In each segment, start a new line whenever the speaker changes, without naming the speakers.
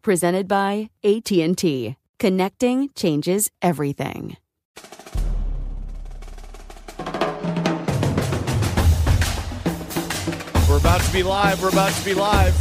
Presented by AT&T. Connecting changes everything.
We're about to be live. We're about to be live.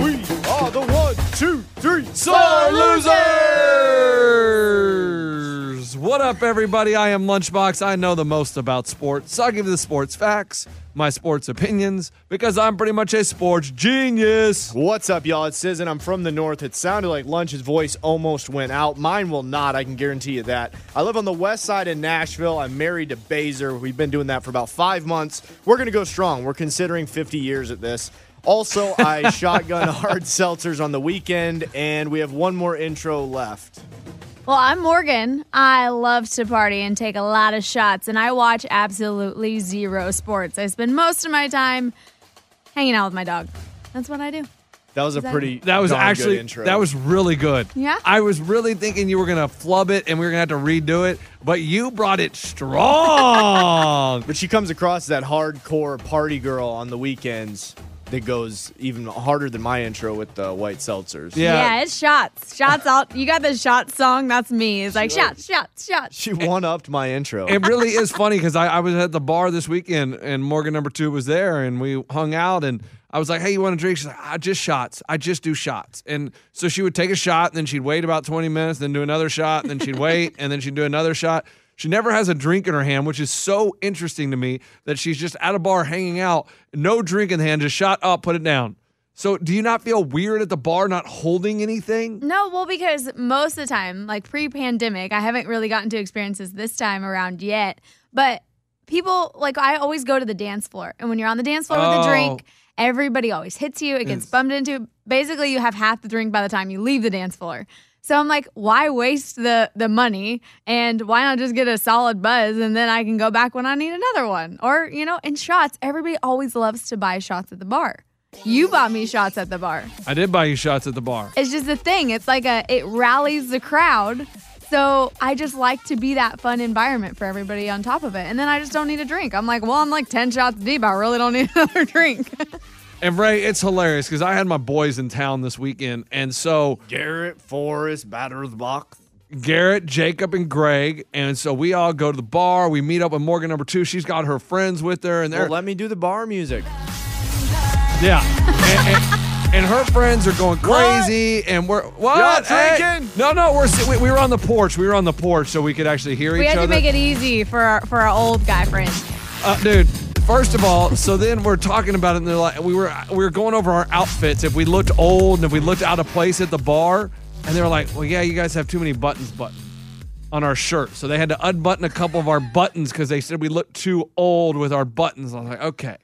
We are the one, two, three, sore losers.
What up, everybody? I am Lunchbox. I know the most about sports, so I'll give you the sports facts, my sports opinions, because I'm pretty much a sports genius.
What's up, y'all? It's Sizzin. I'm from the north. It sounded like Lunch's voice almost went out. Mine will not. I can guarantee you that. I live on the west side in Nashville. I'm married to Baser. We've been doing that for about five months. We're going to go strong. We're considering 50 years at this. Also, I shotgun hard seltzers on the weekend, and we have one more intro left.
Well, I'm Morgan. I love to party and take a lot of shots, and I watch absolutely zero sports. I spend most of my time hanging out with my dog. That's what I do.
That was a
that-
pretty
That was
darn good
actually
intro.
that was really good.
Yeah?
I was really thinking you were gonna flub it and we were gonna have to redo it, but you brought it strong.
But she comes across as that hardcore party girl on the weekends that goes even harder than my intro with the white seltzers.
Yeah.
Yeah, it's shots. Shots out. You got the shot song. That's me. It's like shots, shots, shots.
She one upped my intro.
it really is funny because I, I was at the bar this weekend and Morgan number two was there and we hung out and I was like, hey, you want a drink? She's like, I just shots. I just do shots. And so she would take a shot and then she'd wait about 20 minutes, then do another shot, and then she'd wait and then she'd do another shot. She never has a drink in her hand, which is so interesting to me that she's just at a bar hanging out, no drink in the hand, just shot up, put it down. So do you not feel weird at the bar not holding anything?
No, well, because most of the time, like pre pandemic, I haven't really gotten to experiences this time around yet. But people, like, I always go to the dance floor. And when you're on the dance floor with
Oh.
a drink, everybody always hits you, it
It's-
gets bumped into. Basically, you have half the drink by the time you leave the dance floor. So I'm like, why waste the the money and why not just get a solid buzz and then I can go back when I need another one? Or, you know, in shots, everybody always loves to buy shots at the bar. You bought me shots at the bar.
I did buy you shots at the bar.
It's just a thing. It's like a it rallies the crowd. So I just like to be that fun environment for everybody on top of it. And then I just don't need a drink. I'm like, well, I'm like 10 shots deep. I really don't need another drink.
And Ray, it's hilarious because I had my boys in town this weekend, and so
Garrett Forrest batters box.
Garrett, Jacob, and Greg, and so we all go to the bar. We meet up with Morgan number two. She's got her friends with her, and they're
Well, let me do the bar music.
yeah, and, and- and her friends are going crazy, and we're what
Y'all drinking?
no, no, we're si- we, we were on the porch. We were on the porch so we could actually hear
we
each
had to
other.
make it easy for our, for our old guy friends.
uh, dude. First of all, so then we're talking about it, and they're like, we were we were going over our outfits. If we looked old and if we looked out of place at the bar, and they were like, well, yeah, you guys have too many buttons buttoned on our shirt, so they had to unbutton a couple of our buttons because they said we looked too old with our buttons. I was like, okay.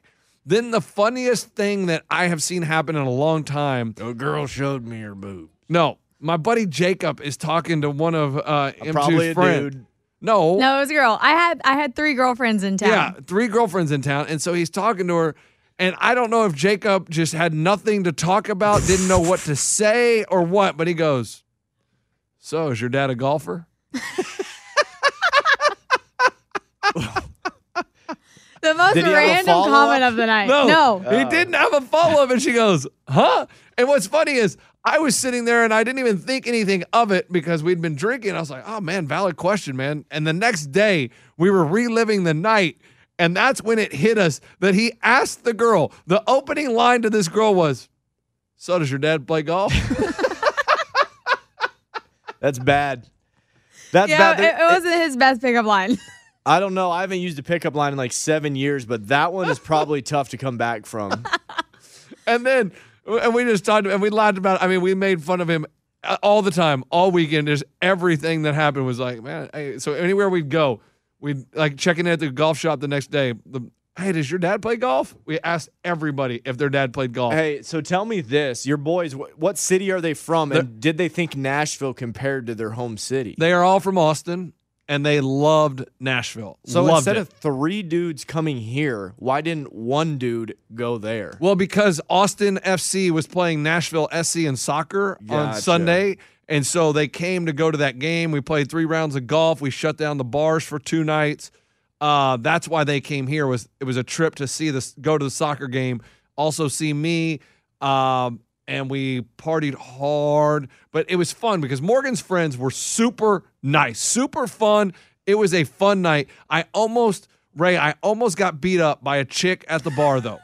Then the funniest thing that I have seen happen in a long time.
A girl showed me her boob.
No, my buddy Jacob is talking to one of uh, M2's
Probably a
friend.
dude.
No,
No, it was a girl. I had I had three girlfriends in town.
Yeah, three girlfriends in town. And so he's talking to her. And I don't know if Jacob just had nothing to talk about, didn't know what to say or what, but he goes, So is your dad a golfer?
The most
Did he have a
random
follow-up?
comment of the night.
Uh, He didn't have a follow up. And she goes, Huh? And what's funny is I was sitting there and I didn't even think anything of it because we'd been drinking. I was like, oh man, valid question, man. And the next day we were reliving the night. And that's when it hit us that he asked the girl, the opening line to this girl was, So does your dad play golf?
That's bad. That's
yeah,
bad.
it, it wasn't his best pickup line.
I don't know. I haven't used a pickup line in like seven years, but that one is probably tough to come back from.
and then and we just talked and we laughed about it. I mean, we made fun of him uh, all the time, all weekend. Just everything that happened was like, man. I, so anywhere we'd go, we'd like checking in at the golf shop the next day. The, hey, does your dad play golf? We asked everybody if their dad played golf.
Hey, so tell me this: your boys, wh- what city are they from, and did they think Nashville compared to their home city?
They are all from Austin and they loved Nashville.
so
Loved
instead
it.
of three dudes coming here, why didn't one dude go there?
Well, because Austin FC was playing Nashville SC in soccer on
Gotcha.
Sunday. And so they came to go to that game. We played three rounds of golf. We shut down the bars for two nights. Uh, that's why they came here. Was it was a trip to see this, go to the soccer game, also see me, um, and we partied hard. But it was fun because Morgan's friends were super nice, super fun. It was a fun night. I almost Ray, I almost got beat up by a chick at the bar though.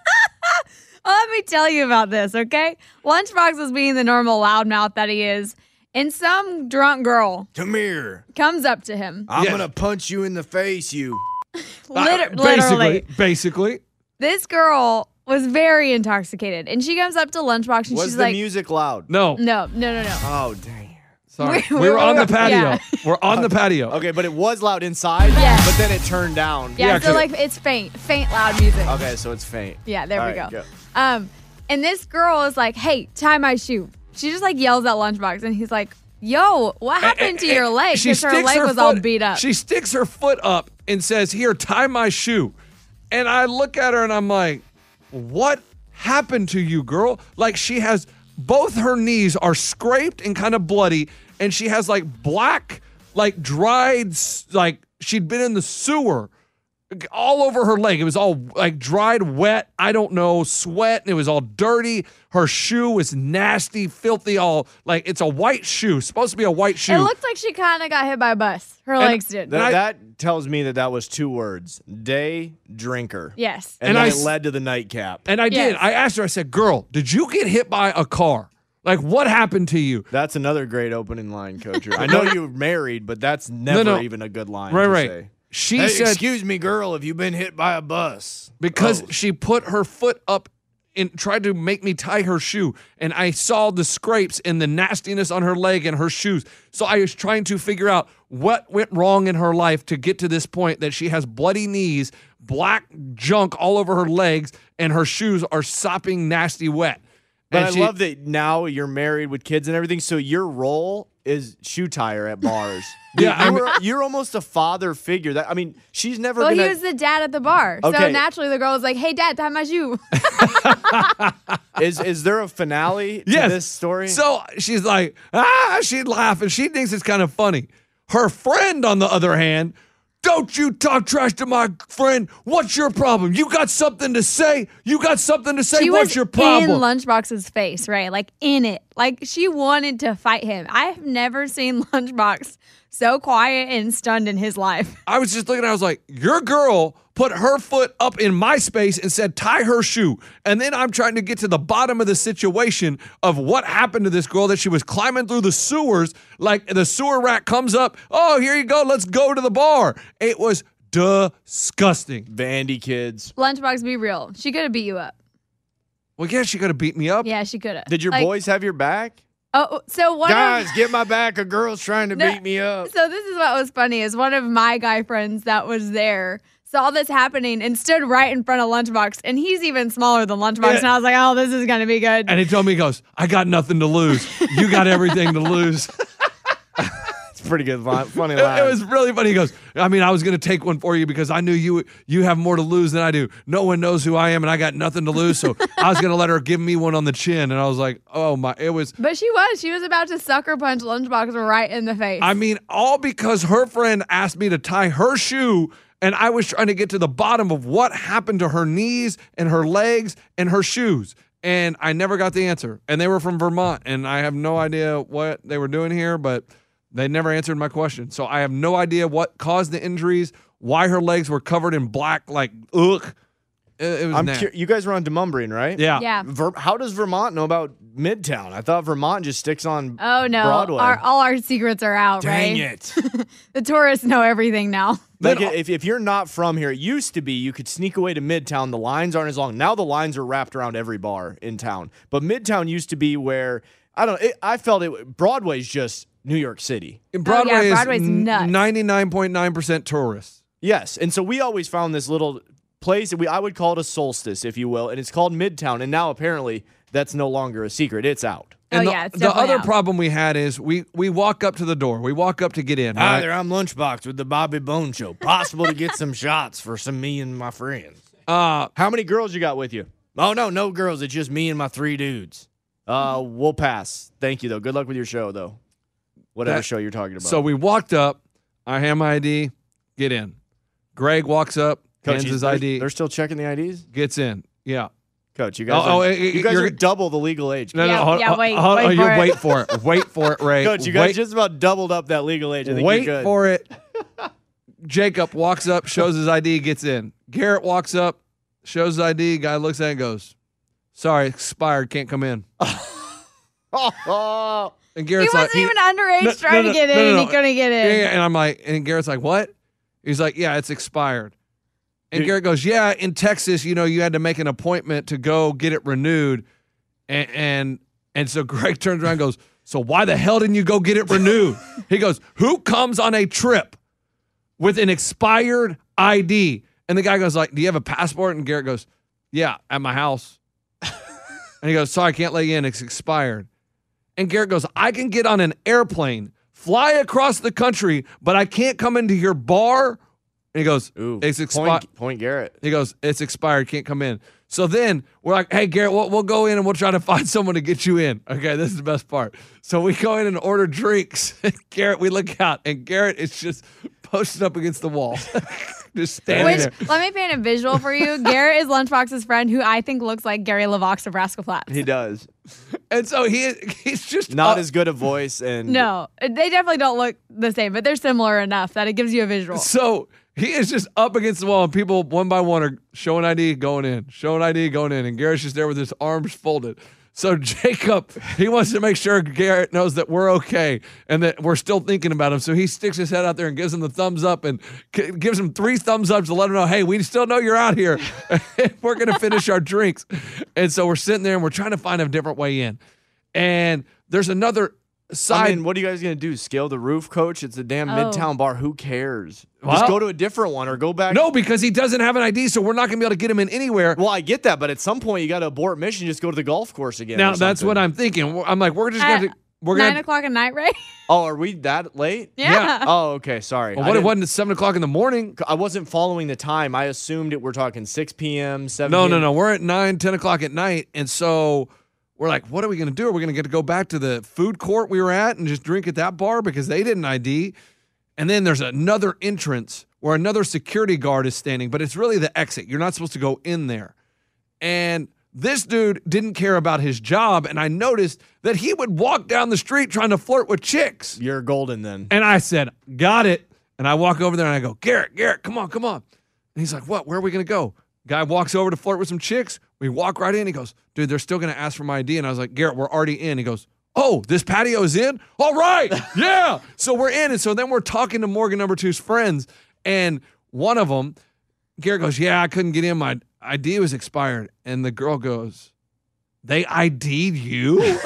Well, let me tell you about this, okay? Lunchbox was being the normal loudmouth that he is, and some drunk girl
Come here!
comes up to him.
I'm
Yeah.
gonna punch you in the face, you.
Liter-
Uh,
literally.
Basically, basically.
This girl was very intoxicated, and she comes up to Lunchbox and
Was
she's
the
like,
music loud?
No,
No, no, no, no.
Oh dang!
sorry.
We-
We,
we
were on
were-
the patio.
yeah.
We're on the patio.
Okay, but it was loud inside.
Yes.
But then it turned down.
Yeah,
Yeah,
so
'cause-
like it's faint, faint, loud music.
Okay, so it's faint.
Yeah, there
All
we
right,
go. Um, and this girl is like, "Hey, tie my shoe." She just like yells at Lunchbox, and he's like, "Yo, what happened to your leg?"
She
Because her
sticks
leg was all
foot-
beat up.
She sticks her foot up and says, "Here, tie my shoe." And I look at her and I'm like, "What happened to you, girl?" Like she has both her knees are scraped and kind of bloody, and she has like black, like dried, s- like she'd been in the sewer. all over her leg. It was all like dried, wet, I don't know, sweat, and it was all dirty. Her shoe was nasty, filthy, all like it's a white shoe, supposed to be a white shoe.
it looked like she kind of got hit by a bus. Her legs did.
That,
I-
that tells me that that was two words: day drinker.
yes.
And,
And
then
I
it
s-
led to the nightcap.
and I did.
Yes.
I asked her, I said, Girl, did you get hit by a car? Like, what happened to you?
That's another great opening line, Coacher. I know you're married, but that's never
no.
even a good line.
Right,
to
right.
say.
She
Hey,
said
"Excuse me, girl, have you been hit by a bus?"
because
Oh.
she put her foot up and tried to make me tie her shoe and i saw the scrapes and the nastiness on her leg and her shoes so i was trying to figure out what went wrong in her life to get to this point that she has bloody knees black junk all over her legs and her shoes are sopping nasty wet
But
and
I
she-
love that now you're married with kids and everything, so your role is shoe tire at bars.
Yeah, I
you were- you're almost a father figure. That I mean, she's never.
Well,
gonna,
he was the dad at the bar, so
Okay.
naturally the girl was like, "Hey, dad, tie my shoe."
is is there a finale
Yes.
to this story?
So she's like, ah, she'd laugh and she thinks it's kind of funny. Her friend, on the other hand, don't you talk trash to my friend. What's your problem? You got something to say? You got something to say?
she
What's
was
your problem?
in Lunchbox's face, right? Like in it. Like she wanted to fight him. I have never seen Lunchbox so quiet and stunned in his life.
I was just looking, I was like, your girl put her foot up in my space and said, tie her shoe. And then I'm trying to get to the bottom of the situation of what happened to this girl that she was climbing through the sewers. Like the sewer rat comes up, oh, here you go, let's go to the bar. It was disgusting.
Vandy kids.
Lunchbox, be real. She could have beat you up.
Well, yeah, she could have beat me up.
Yeah, she could have.
Did your boys have your back?
Oh, so one of,
Guys, get my back. A girl's trying to
No.
beat me up.
So this is what was funny is one of my guy friends that was there saw this happening and stood right in front of Lunchbox, and he's even smaller than Lunchbox,
Yeah.
and I was like, oh, this is gonna be good.
And he told me, he goes, I got nothing to lose. You got everything to lose.
It's pretty good line. Funny
It-
line.
It was really funny. He goes, I mean, I was gonna take one for you because I knew you you have more to lose than I do. No one knows who I am, and I got nothing to lose. So I was gonna let her give me one on the chin, and I was like, oh my, it was.
but she was, she was about to sucker punch Lunchbox right in the face.
I mean, all because her friend asked me to tie her shoe, and I was trying to get to the bottom of what happened to her knees and her legs and her shoes. and I never got the answer. And they were from Vermont, and I have no idea what they were doing here, but they never answered my question. So I have no idea what caused the injuries, why her legs were covered in black, like ugh. It, it was
I'm
nasty.
cur- you guys were on Demumbrian, right?
Yeah.
Yeah.
Ver- how does Vermont know about Midtown? I thought Vermont just sticks on
Oh no!
Broadway.
Our, all our secrets are out,
Dang
right?
it.
The tourists know everything now.
like
Then-
if, if you're not from here, it used to be you could sneak away to Midtown. The lines aren't as long. Now the lines are wrapped around every bar in town. But Midtown used to be where I don't. It, I felt it. Broadway's just New York City.
Broadway is
Oh, Broadway's nuts.
99.9% tourists.
Yes, and so we always found this little place. We I would call it a solstice, if you will, and it's called Midtown. And now apparently that's no longer a secret. It's out.
Oh,
And the,
yeah, it's
the
definitely
other
out.
problem we had is we we walk up to the door. We walk up to get in.
Hi
right?
there, I'm Lunchbox with the Bobby Bone Show. Possible to get some shots for some me and my friends.
Uh,
How many girls you got with you? Oh no, no girls. It's just me and my three dudes. Uh, we'll pass. Thank you though. Good luck with your show though. Whatever
That-
show you're talking about.
so we walked up. I hand my ID. Get in. Greg walks up,
Coach,
hands
he's-
his
they're-
ID,
They're still checking the IDs.
gets in. Yeah.
Coach, you guys.
Oh, oh,
are,
eh, eh,
you guys
you're-
are double the legal age.
No,
Yeah,
no, hold,
yeah, wait,
hold-
wait
oh, you
for it.
wait for it. Wait for it, Ray.
Coach, you guys
wait,
just about doubled up that legal age. I think
wait
you're good.
for it. Jacob walks up, shows his ID, gets in. Garrett walks up, shows his ID. Guy looks at it and goes, "Sorry, expired, can't come in."
Oh,
And
He
Garrett's
wasn't
like,
even underage
No,
trying
no,
to get
no,
in,
no,
and he
no.
couldn't get
Yeah,
in.
yeah. And I'm like, and Garrett's like, what? He's like, yeah, it's expired. And
Dude.
Garrett goes, yeah, in Texas, you know, you had to make an appointment to go get it renewed. And and, and so Greg turns around and goes, so why the hell didn't you go get it renewed? he goes, who comes on a trip with an expired ID? And the guy goes like, do you have a passport? And Garrett goes, yeah, at my house. and he goes, sorry, I can't let you in. It's expired. And Garrett goes, I can get on an airplane, fly across the country, but I can't come into your bar. And he goes,
Ooh,
it's expired.
point, point Garrett.
He goes, it's expired, can't come in. So then we're like, hey, Garrett, we'll, we'll go in and we'll try to find someone to get you in. Okay, this is the best part. So we go in and order drinks. Garrett, we look out, and Garrett is just posted up against the wall, just standing there.
Which let me paint a visual for you. Garrett is Lunchbox's friend, who I think looks like Gary Lavox of Rascal Flatts.
He does.
And so he he's just
Not
up-
as good a voice and
No, they definitely don't look the same, but they're similar enough that it gives you a visual.
So he is just up against the wall, and people one by one are showing ID, going in, showing ID, going in, and Garrett's just there with his arms folded. So Jacob, he wants to make sure Garrett knows that we're okay and that we're still thinking about him. So he sticks his head out there and gives him the thumbs up and g- gives him three thumbs ups to let him know, hey, we still know you're out here. we're gonna finish our drinks, and so we're sitting there and we're trying to find a different way in. And there's another side.
I mean, what are you guys gonna do? Scale the roof, coach? It's a damn
Oh.
midtown bar. Who cares?
Well-
Just go to a different one or go back.
no, because he doesn't have an ID, so we're not gonna be able to get him in anywhere.
Well, I get that, but at some point you got to abort mission. Just go to the golf course again.
Now
or
that's what
something.
I'm thinking. We're- I'm like, we're just
At
gonna we're
Nine
gonna.
o'clock at night, right?
Oh, are we that late?
Yeah.
Yeah.
Oh, okay. Sorry.
Well,
I
what it
didn't-
wasn't at seven o'clock in the morning.
I wasn't following the time. I assumed it. We're talking 6 p.m. 7.
No, no,
p.m..
no. We're at nine, ten o'clock at night, and so we're like, what are we gonna do? Are we gonna get to go back to the food court we were at and just drink at that bar because they didn't ID? And then there's another entrance where another security guard is standing, but it's really the exit. You're not supposed to go in there. And this dude didn't care about his job, and I noticed that he would walk down the street trying to flirt with chicks.
You're golden then.
And I said, Got it. And I walk over there and I go, Garrett, Garrett, come on, come on. And he's like, What? Where are we going to go? Guy walks over to flirt with some chicks. We walk right in. He goes, Dude, they're still going to ask for my ID. And I was like, Garrett, we're already in. He goes, Oh, this patio is in? All right. Yeah. so we're in. And so then we're talking to Morgan number two's friends. And one of them, Garrett goes, Yeah, I couldn't get in. My ID was expired. And the girl goes, They ID'd you?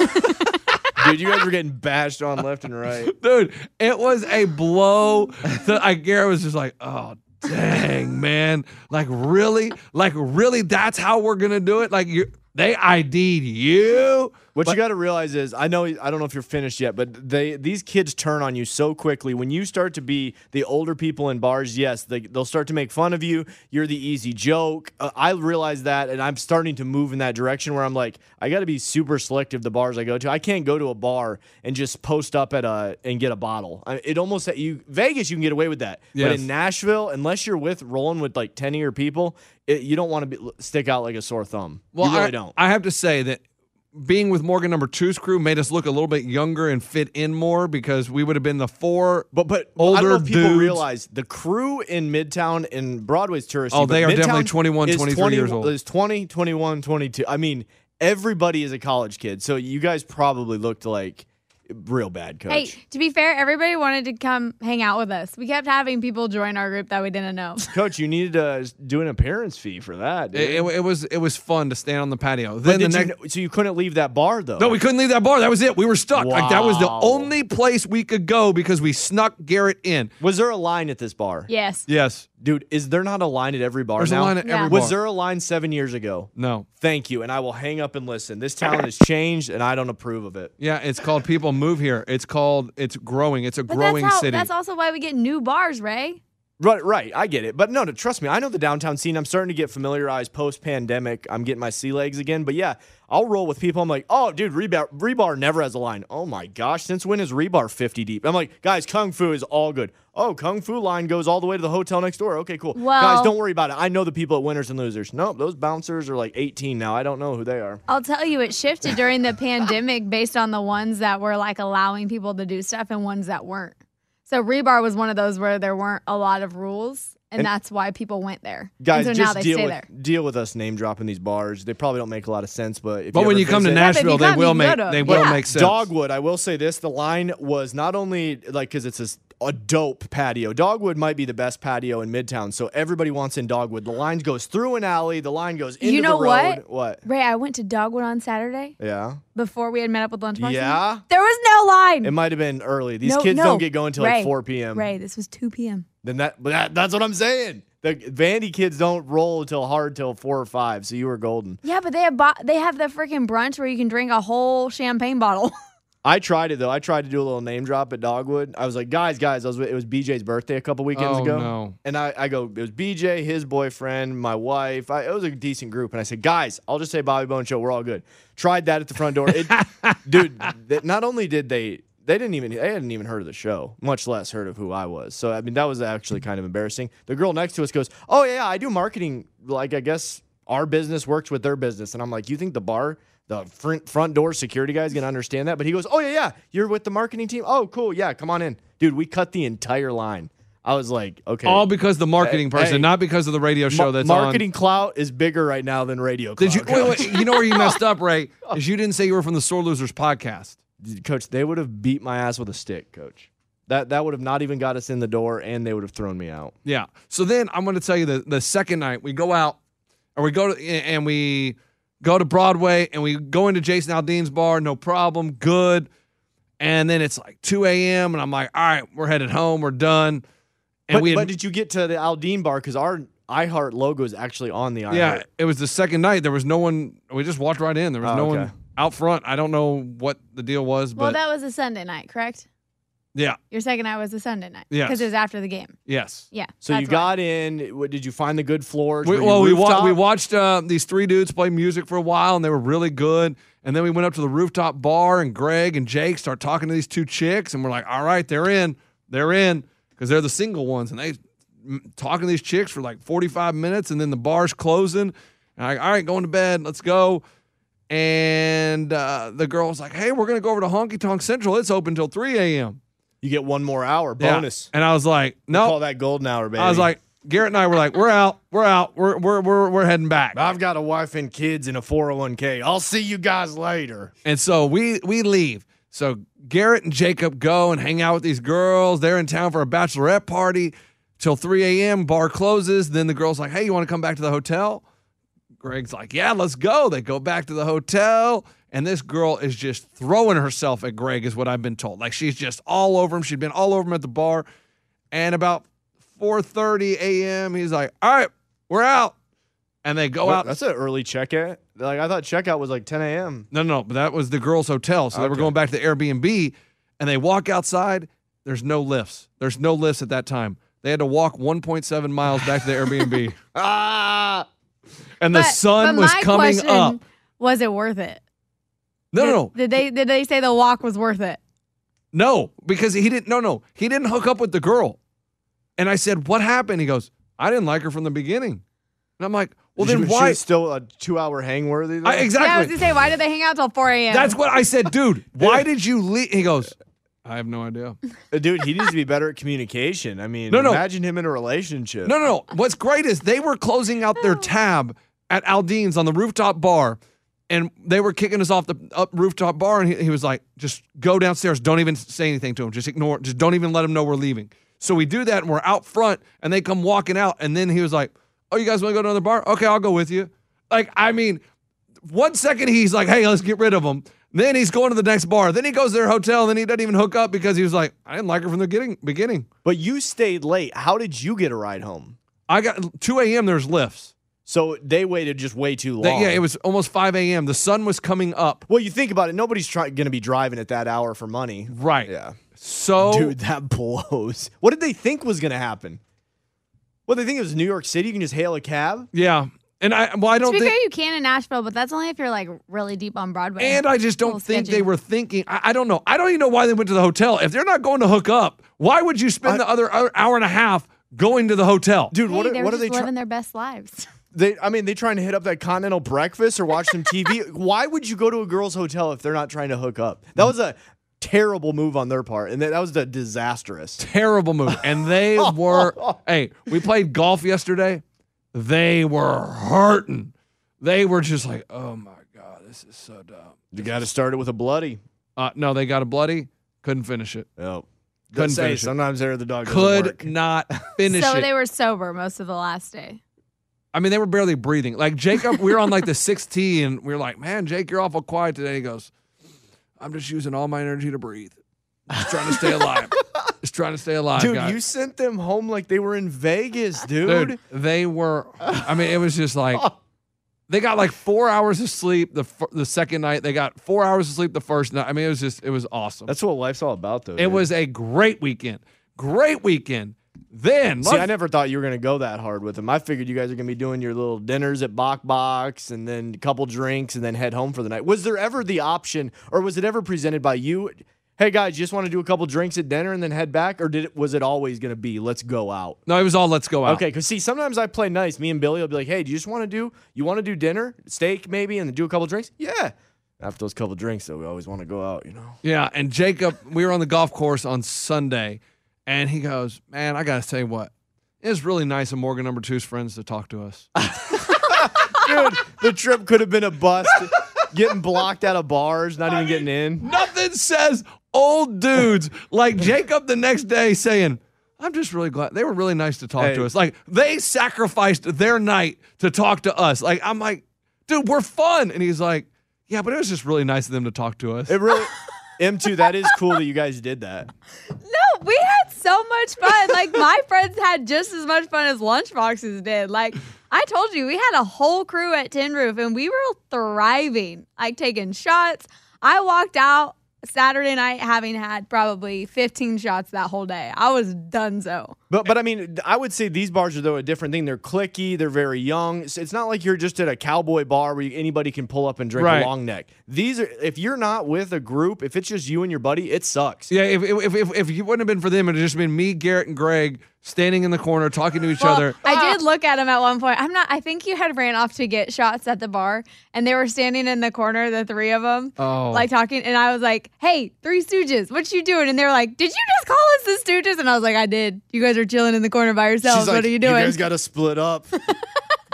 Dude, you guys were getting bashed on left and right.
dude. It was a blow. To, I Garrett was just like, oh dang, man. Like really, like really, that's how we're gonna do it. Like you, they ID'd you.
What you got to realize is, I know I don't know if you're finished yet, but they these kids turn on you so quickly. When you start to be the older people in bars, yes, they, they'll start to make fun of you. You're the easy joke. Uh, I realize that, and I'm starting to move in that direction where I'm like, I got to be super selective the bars I go to. I can't go to a bar and just post up at a and get a bottle. I, it almost you Vegas you can get away with that, but
Yes.
in Nashville, unless you're with rolling with like ten of your people, it, you don't want to be, stick out like a sore thumb. you really
I,
don't. don't.
I have to say that being with Morgan number two's crew made us look a little bit younger and fit in more because we would have been the four.
But but I don't
older
know if people
dudes.
realize the crew in Midtown and Broadway's touristy.
Oh, they
but
are definitely
Midtown
21,
is
23 years old.
Is 20, 21, 22. I mean, everybody is a college kid. So you guys probably looked like real bad coach.
Hey, to be fair, everybody wanted to come hang out with us. We kept having people join our group that we didn't know.
Coach, you needed to do an appearance fee for that. Dude.
It, it, it was it was fun to stand on the patio.
but
Then the
did you
next.
know- so you couldn't leave that bar though.
No, we couldn't leave that bar. That was it. We were stuck. Like that was the
Wow.
only place we could go because we snuck Garrett in.
was there a line at this bar?
yes.
Yes.
Dude, is there not a line at every bar
There's a
now?
line at
Yeah.
every
was
bar.
there a line seven years ago?
No.
Thank you, and I will hang up and listen. This town has changed, and I don't approve of it.
Yeah, it's called people move here. It's called it's growing. It's a
But
growing
that's how,
city.
That's also why we get new bars, Ray.
Right, right. I get it. But no, no, trust me. I know the downtown scene. I'm starting to get familiarized post pandemic. I'm getting my sea legs again. But yeah, I'll roll with people. I'm like, oh, dude, rebar, rebar never has a line. Oh my gosh, since when is rebar 50 deep? I'm like, guys, Kung Fu is all good. Oh, Kung Fu line goes all the way to the hotel next door. Okay, cool. guys,
Well-
don't worry about it. I know the people at Winners and Losers. Nope, those bouncers are like 18 now. I don't know who they are.
I'll tell you, it shifted during the pandemic based on the ones that were like allowing people to do stuff and ones that weren't. So Rebar was one of those where there weren't a lot of rules, and,
And-
that's why people went there. And
Guys,
so now
just
they
deal
stay
with
there.
deal with us name dropping these bars. They probably don't make a lot of sense, but if
but
you
when
ever
you come to
visit-
Nashville,
Nashville,
you
they
come,
will
you
make
go to-
they will
Yeah.
make sense.
Dogwood, I will say this: the line was not only like because it's a, s- a dope patio. Dogwood might be the best patio in Midtown, so everybody wants in Dogwood. The line goes through an alley. The line goes into
You know
the road.
what?
What?
Ray, I went to Dogwood on Saturday
Yeah,
before we had met up with Lunchbox.
Yeah?
There was no line.
it might have been early. These
No,
kids
no.
don't get going till
Ray,
like 4 p.m.
Ray, this was 2 p.m.
Then that, but that that's what I'm saying. The Vandy kids don't roll till hard till four or five. So you were golden.
Yeah, but they have bo- they have the freaking brunch where you can drink a whole champagne bottle.
I tried it though. I tried to do a little name drop at Dogwood. I was like, guys, guys, I was, it was BJ's birthday a couple weekends
Oh,
ago.
no.
And I, I go, it was BJ, his boyfriend, my wife. I, it was a decent group. And I said, guys, I'll just say Bobby Bone Show. We're all good. Tried that at the front door. It, dude, that not only did they, they didn't even, they hadn't even heard of the show, much less heard of who I was. So, I mean, that was actually kind of embarrassing. The girl next to us goes, oh, yeah, I do marketing. Like, I guess our business works with their business. And I'm like, you think the bar, the front front door security guy's gonna understand that? But he goes, oh yeah, yeah, you're with the marketing team. Oh, cool, yeah, come on in, dude. We cut the entire line. I was like, okay,
All because the marketing
Hey,
person,
hey.
not because of the radio show
Ma-
that's
marketing
on.
clout is bigger right now than radio.
Did you
clout,
wait,
Coach.
wait, you know where you messed up, Ray? Is you didn't say you were from the Sore Losers podcast.
coach? They would have beat my ass with a stick, coach. That that would have not even got us in the door, and they would have thrown me out.
Yeah. So then I'm going to tell you the the second night we go out or we go to and we go to Broadway and we go into Jason Aldean's bar, no problem, good. And then it's like 2 a.m. and I'm like, all right, we're headed home, we're done. And
but,
we had,
but did you get to the Aldine bar? Because our iHeart logo is actually on the iHeart.
yeah, it was the second night. There was no one. We just walked right in. There was
Oh,
no
okay.
one out front. I don't know what the deal was, but
well, that was a Sunday night, correct?
yeah,
Your second night was a Sunday night.
Yes.
Because it was after the game.
yes.
Yeah.
So you
that's why.
got in. What, did you find the good floors?
We,
Were you
well, we, wa-
rooftop?
we watched uh, these three dudes play music for a while, and they were really good. And then we went up to the rooftop bar, and Greg and Jake start talking to these two chicks, and we're like, "All right, they're in, they're in," because they're the single ones, and they m- talking to these chicks for like forty five minutes, and then the bar's closing. And I, all right, going to bed, let's go. And uh, the girl was like, "Hey, we're gonna go over to Honky Tonk Central. It's open till three a.m."
You get one more hour
Yeah.
bonus.
And I was like, "No."
Call that golden hour, baby.
I was like, Garrett and I were like, "We're out, we're out, we're we're we're, we're heading back."
I've got a wife and kids and a 401k. I'll see you guys later.
And so we we leave. So Garrett and Jacob go and hang out with these girls. They're in town for a bachelorette party till 3 a.m. Bar closes. Then the girl's like, hey, you want to come back to the hotel? Greg's like, yeah, let's go. They go back to the hotel. And this girl is just throwing herself at Greg, is what I've been told. Like she's just all over him. She'd been all over him at the bar. And about 4:30 a.m., he's like, all right, we're out. And they go
Well,
out.
That's an early checkout. Like I thought checkout was like 10 a.m.
No, no, no. But that was the girls' hotel. So they were
Okay.
going back to the Airbnb and they walk outside. There's no lifts. There's no lifts at that time. They had to walk 1.7 miles back to the Airbnb.
Ah,
and the
But-
sun
but
was
my
coming
question,
up.
Was it worth it?
No, no, no.
Did they did they say the walk was worth it?
No, because he didn't. No, no, he didn't hook up with the girl. And I said, "What happened?" He goes, "I didn't like her from the beginning." And I'm like, well,
She-
then
she
why?
was still a two-hour hang worthy? though?
I, exactly.
Yeah, I was gonna say, why did they hang out till 4 a.m.?
That's what I said, dude. Why did you leave? He goes, I have no idea.
Uh, Dude, he needs to be better at communication. I mean,
No, no.
imagine him in a relationship.
No, no, no. What's great is they were closing out their tab at Aldine's on the rooftop bar, and they were kicking us off the up rooftop bar. And he, he was like, "Just go downstairs. Don't even say anything to him. Just ignore. Just don't even let him know we're leaving." So we do that, and we're out front, and they come walking out, and then he was like, "Oh, you guys want to go to another bar? Okay, I'll go with you." Like, I mean, one second he's like, "Hey, let's get rid of him." Then he's going to the next bar. Then he goes to their hotel. Then he doesn't even hook up because he was like, "I didn't like her from the beginning." Beginning,
But you stayed late. How did you get a ride home?
I got 2 a.m. There's lifts.
So they waited just way too
That-
long.
yeah, it was almost 5 a.m. The sun was coming up.
Well, you think about it. Nobody's try- going to be driving at that hour for money.
Right. Oh.
Yeah.
So
Dude, that blows. What did they think was going to happen? What they think it was New York City? You can just hail a cab.
yeah, and I well I
To
don't
be
think,
fair, you can in Nashville, but that's only if you're like really deep on Broadway.
and I just don't
Little
think
sketchy.
they were thinking. I, I don't know. I don't even know why they went to the hotel. If they're not going to hook up, why would you spend the other hour, hour and a half going to the hotel?
Dude,
Hey,
what
they
are,
were
what are
just
they trying?
living their best lives.
They, I mean, they trying to hit up that continental breakfast or watch some TV. Why would you go to a girl's hotel if they're not trying to hook up? That was a terrible move on their part, and that, that was the disastrous.
terrible move. And they were, hey, we played golf yesterday. They were hurting. They were just like, oh my god, this is so dumb.
You got to start it with a bloody.
Uh, no, they got a bloody. Couldn't finish it.
Oh,
Couldn't
say,
finish it.
sometimes there the dog doesn't work.
Could not finish
so
it.
they were sober most of the last day.
I mean, they were barely breathing. Like Jacob, we were on like the sixth tee, and we were like, "Man, Jake, you're awful quiet today." He goes, "I'm just using all my energy to breathe, just trying to stay alive, just trying to stay alive."
Dude,
guys."
you sent them home like they were in Vegas, dude.
dude, they were. I mean, it was just like they got like four hours of sleep the fir- the second night. They got four hours of sleep the first night. I mean, it was just it was awesome.
That's what life's all about, though.
it was a great weekend, great weekend. Then
See,
let's-
I never thought you were gonna go that hard with them. I figured you guys are gonna be doing your little dinners at Bok Box and then a couple drinks and then head home for the night. Was there ever the option, or was it ever presented by you? Hey guys, just want to do a couple drinks at dinner and then head back, or did it? Was it always gonna be let's go out?
no, it was all let's go out.
Okay, because see, sometimes I play nice. Me and Billy will be like, "Hey, do you just want to do? You want to do dinner, steak maybe, and then do a couple drinks? Yeah." After those couple drinks, though, we always want to go out, you know.
Yeah, and Jacob, we were on the golf course on Sunday, and he goes, "Man, I gotta say what, it's really nice of Morgan Number Two's friends to talk to us."
Dude, the trip could have been a bust. getting blocked out of bars, not even getting in.
Nothing says old dudes like Jacob the next day saying, "I'm just really glad they were really nice to talk
Hey.
to us." Like they sacrificed their night to talk to us. Like I'm like, "Dude, we're fun," and he's like, "Yeah, but it was just really nice of them to talk to us."
It really M2, that is cool that you guys did that.
No, we had so much fun. Like my friends had just as much fun as lunchboxes did. Like I told you, we had a whole crew at Tin Roof and we were thriving, like taking shots. I walked out Saturday night having had probably 15 shots that whole day. I was donezo.
But but I mean, I would say these bars are though a different thing. They're clicky, they're very young. It's, it's not like you're just at a cowboy bar where you, anybody can pull up and drink
Right.
a long neck. These are if you're not with a group, if it's just you and your buddy, it sucks.
Yeah, if if, if if you wouldn't have been for them, it'd just been me, Garrett, and Greg standing in the corner talking to each
Well,
other.
I did look at him at one point. I'm not. I think you had ran off to get shots at the bar, and they were standing in the corner, the three of them,
Oh.
like talking. And I was like, "Hey, Three Stooges, what you doing?" And they were like, "Did you just call us the Stooges?" And I was like, "I did. You guys are chilling in the corner by yourselves. what are you doing?"
got to split up.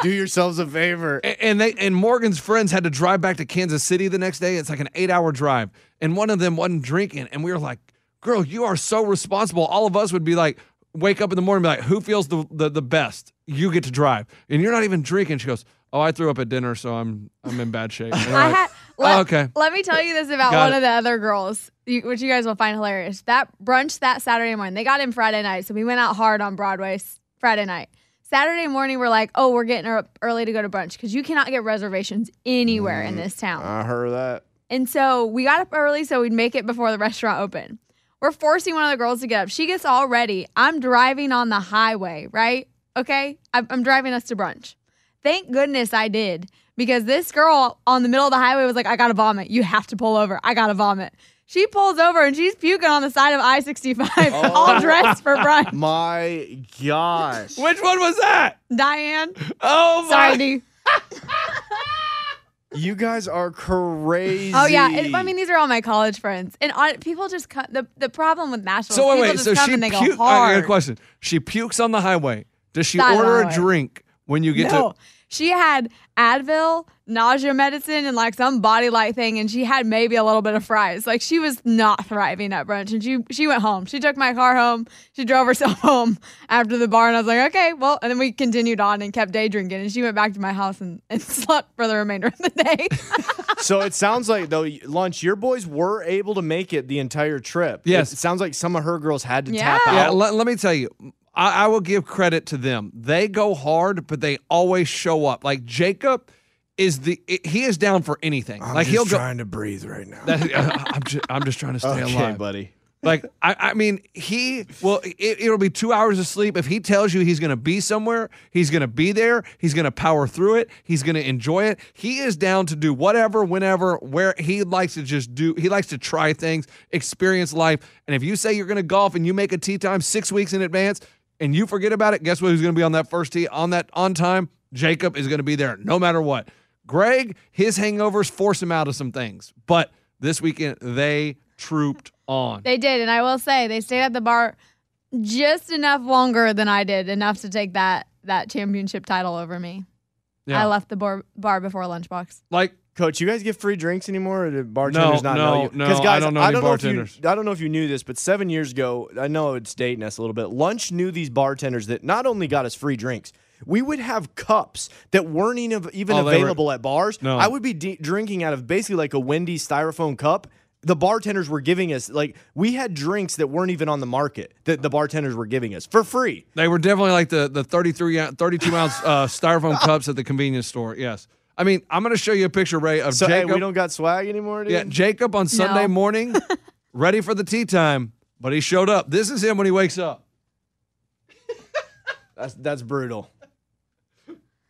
Do yourselves a favor.
A- and they and Morgan's friends had to drive back to Kansas City the next day. It's like an eight-hour drive, and one of them wasn't drinking, and we were like, "Girl, you are so responsible." All of us would be like, wake up in the morning, and be like, "Who feels the, the the best? You get to drive, and you're not even drinking." She goes, "Oh, I threw up at dinner, so I'm I'm in bad shape." And we're
I
like,
had.
"Oh,
Let,
okay.
Let me tell you this about
Got
one
it.
of the other girls, you, which you guys will find hilarious. That brunch that Saturday morning, they got in Friday night, so we went out hard on Broadway s- Friday night. Saturday morning, we're like, oh, we're getting up early to go to brunch because you cannot get reservations anywhere
Mm,
in this town.
I heard that.
And so we got up early so we'd make it before the restaurant opened. We're forcing one of the girls to get up. She gets all ready. I'm driving on the highway, right? Okay. I'm, I'm driving us to brunch. Thank goodness I did because this girl on the middle of the highway was like, I got to vomit. You have to pull over. I got to vomit. She pulls over and she's puking on the side of I 65,
Oh.
all dressed for brunch.
My gosh.
Which one was that?
Diane,
Oh my!
sorry, D.
You guys are crazy.
Oh, yeah. And, I mean, these are all my college friends. And on, people just come. The, the problem with Nashville
so
is
wait,
people
wait.
just
So
come
she
and they
puke.
go
I
hard.
got a question. She pukes on the highway. Does she
Not on the
order a
highway.
drink when you get
No.
to?
She had Advil, nausea medicine, and like some body light thing, and she had maybe a little bit of fries. Like she was not thriving at brunch, and she she went home. She took my car home. She drove herself home after the bar, and I was like, okay, well. And then we continued on and kept day drinking, and she went back to my house and, and slept for the remainder of the day.
So it sounds like though lunch, your boys were able to make it the entire trip.
Yes.
It sounds like some of her girls had to
Yeah.
tap out.
Yeah, let, let me tell you. I, I will give credit to them. They go hard, but they always show up. Like Jacob is the he is down for anything. like he'll go.
to breathe right now.
I'm just I'm just trying to stay
okay,
alive.
buddy.
Like I, I mean, he well, it, it'll be two hours of sleep. If he tells you he's going to be somewhere, he's going to be there. He's going to power through it. He's going to enjoy it. He is down to do whatever, whenever, where he likes to just do. He likes to try things, experience life. And if you say you're going to golf and you make a tee time six weeks in advance and you forget about it, guess what? Who's going to be on that first tee on that on time? Jacob is going to be there no matter what. Greg, his hangovers force him out of some things, but this weekend they trooped on.
they did, and I will say they stayed at the bar just enough longer than I did, enough to take that that championship title over me.
Yeah.
I left the bar, bar before lunchbox.
Like,
Coach, you guys get free drinks anymore, or do bartenders
No,
not
no,
know you?
no,
'Cause
I
guys,
don't know
I
any
don't know if you-
bartenders.
I don't know if you knew this, but seven years ago, I know it's dating us a little bit. Lunch knew these bartenders that not only got us free drinks, we would have cups that weren't even, even
Oh, they were-
available at bars.
No.
I would be de- drinking out of basically like a Wendy's styrofoam cup. The bartenders were giving us like we had drinks that weren't even on the market that the bartenders were giving us for free.
they were definitely like the the 33 ounce- 32 ounce uh, styrofoam cups at the convenience store. Yes. I mean, I'm going to show you a picture, Ray, of
So hey,
Jacob.
we don't got swag anymore, dude.
yeah, Jacob on Sunday
No.
morning, ready for the tea time, but he showed up. This is him when he wakes up.
That's that's brutal.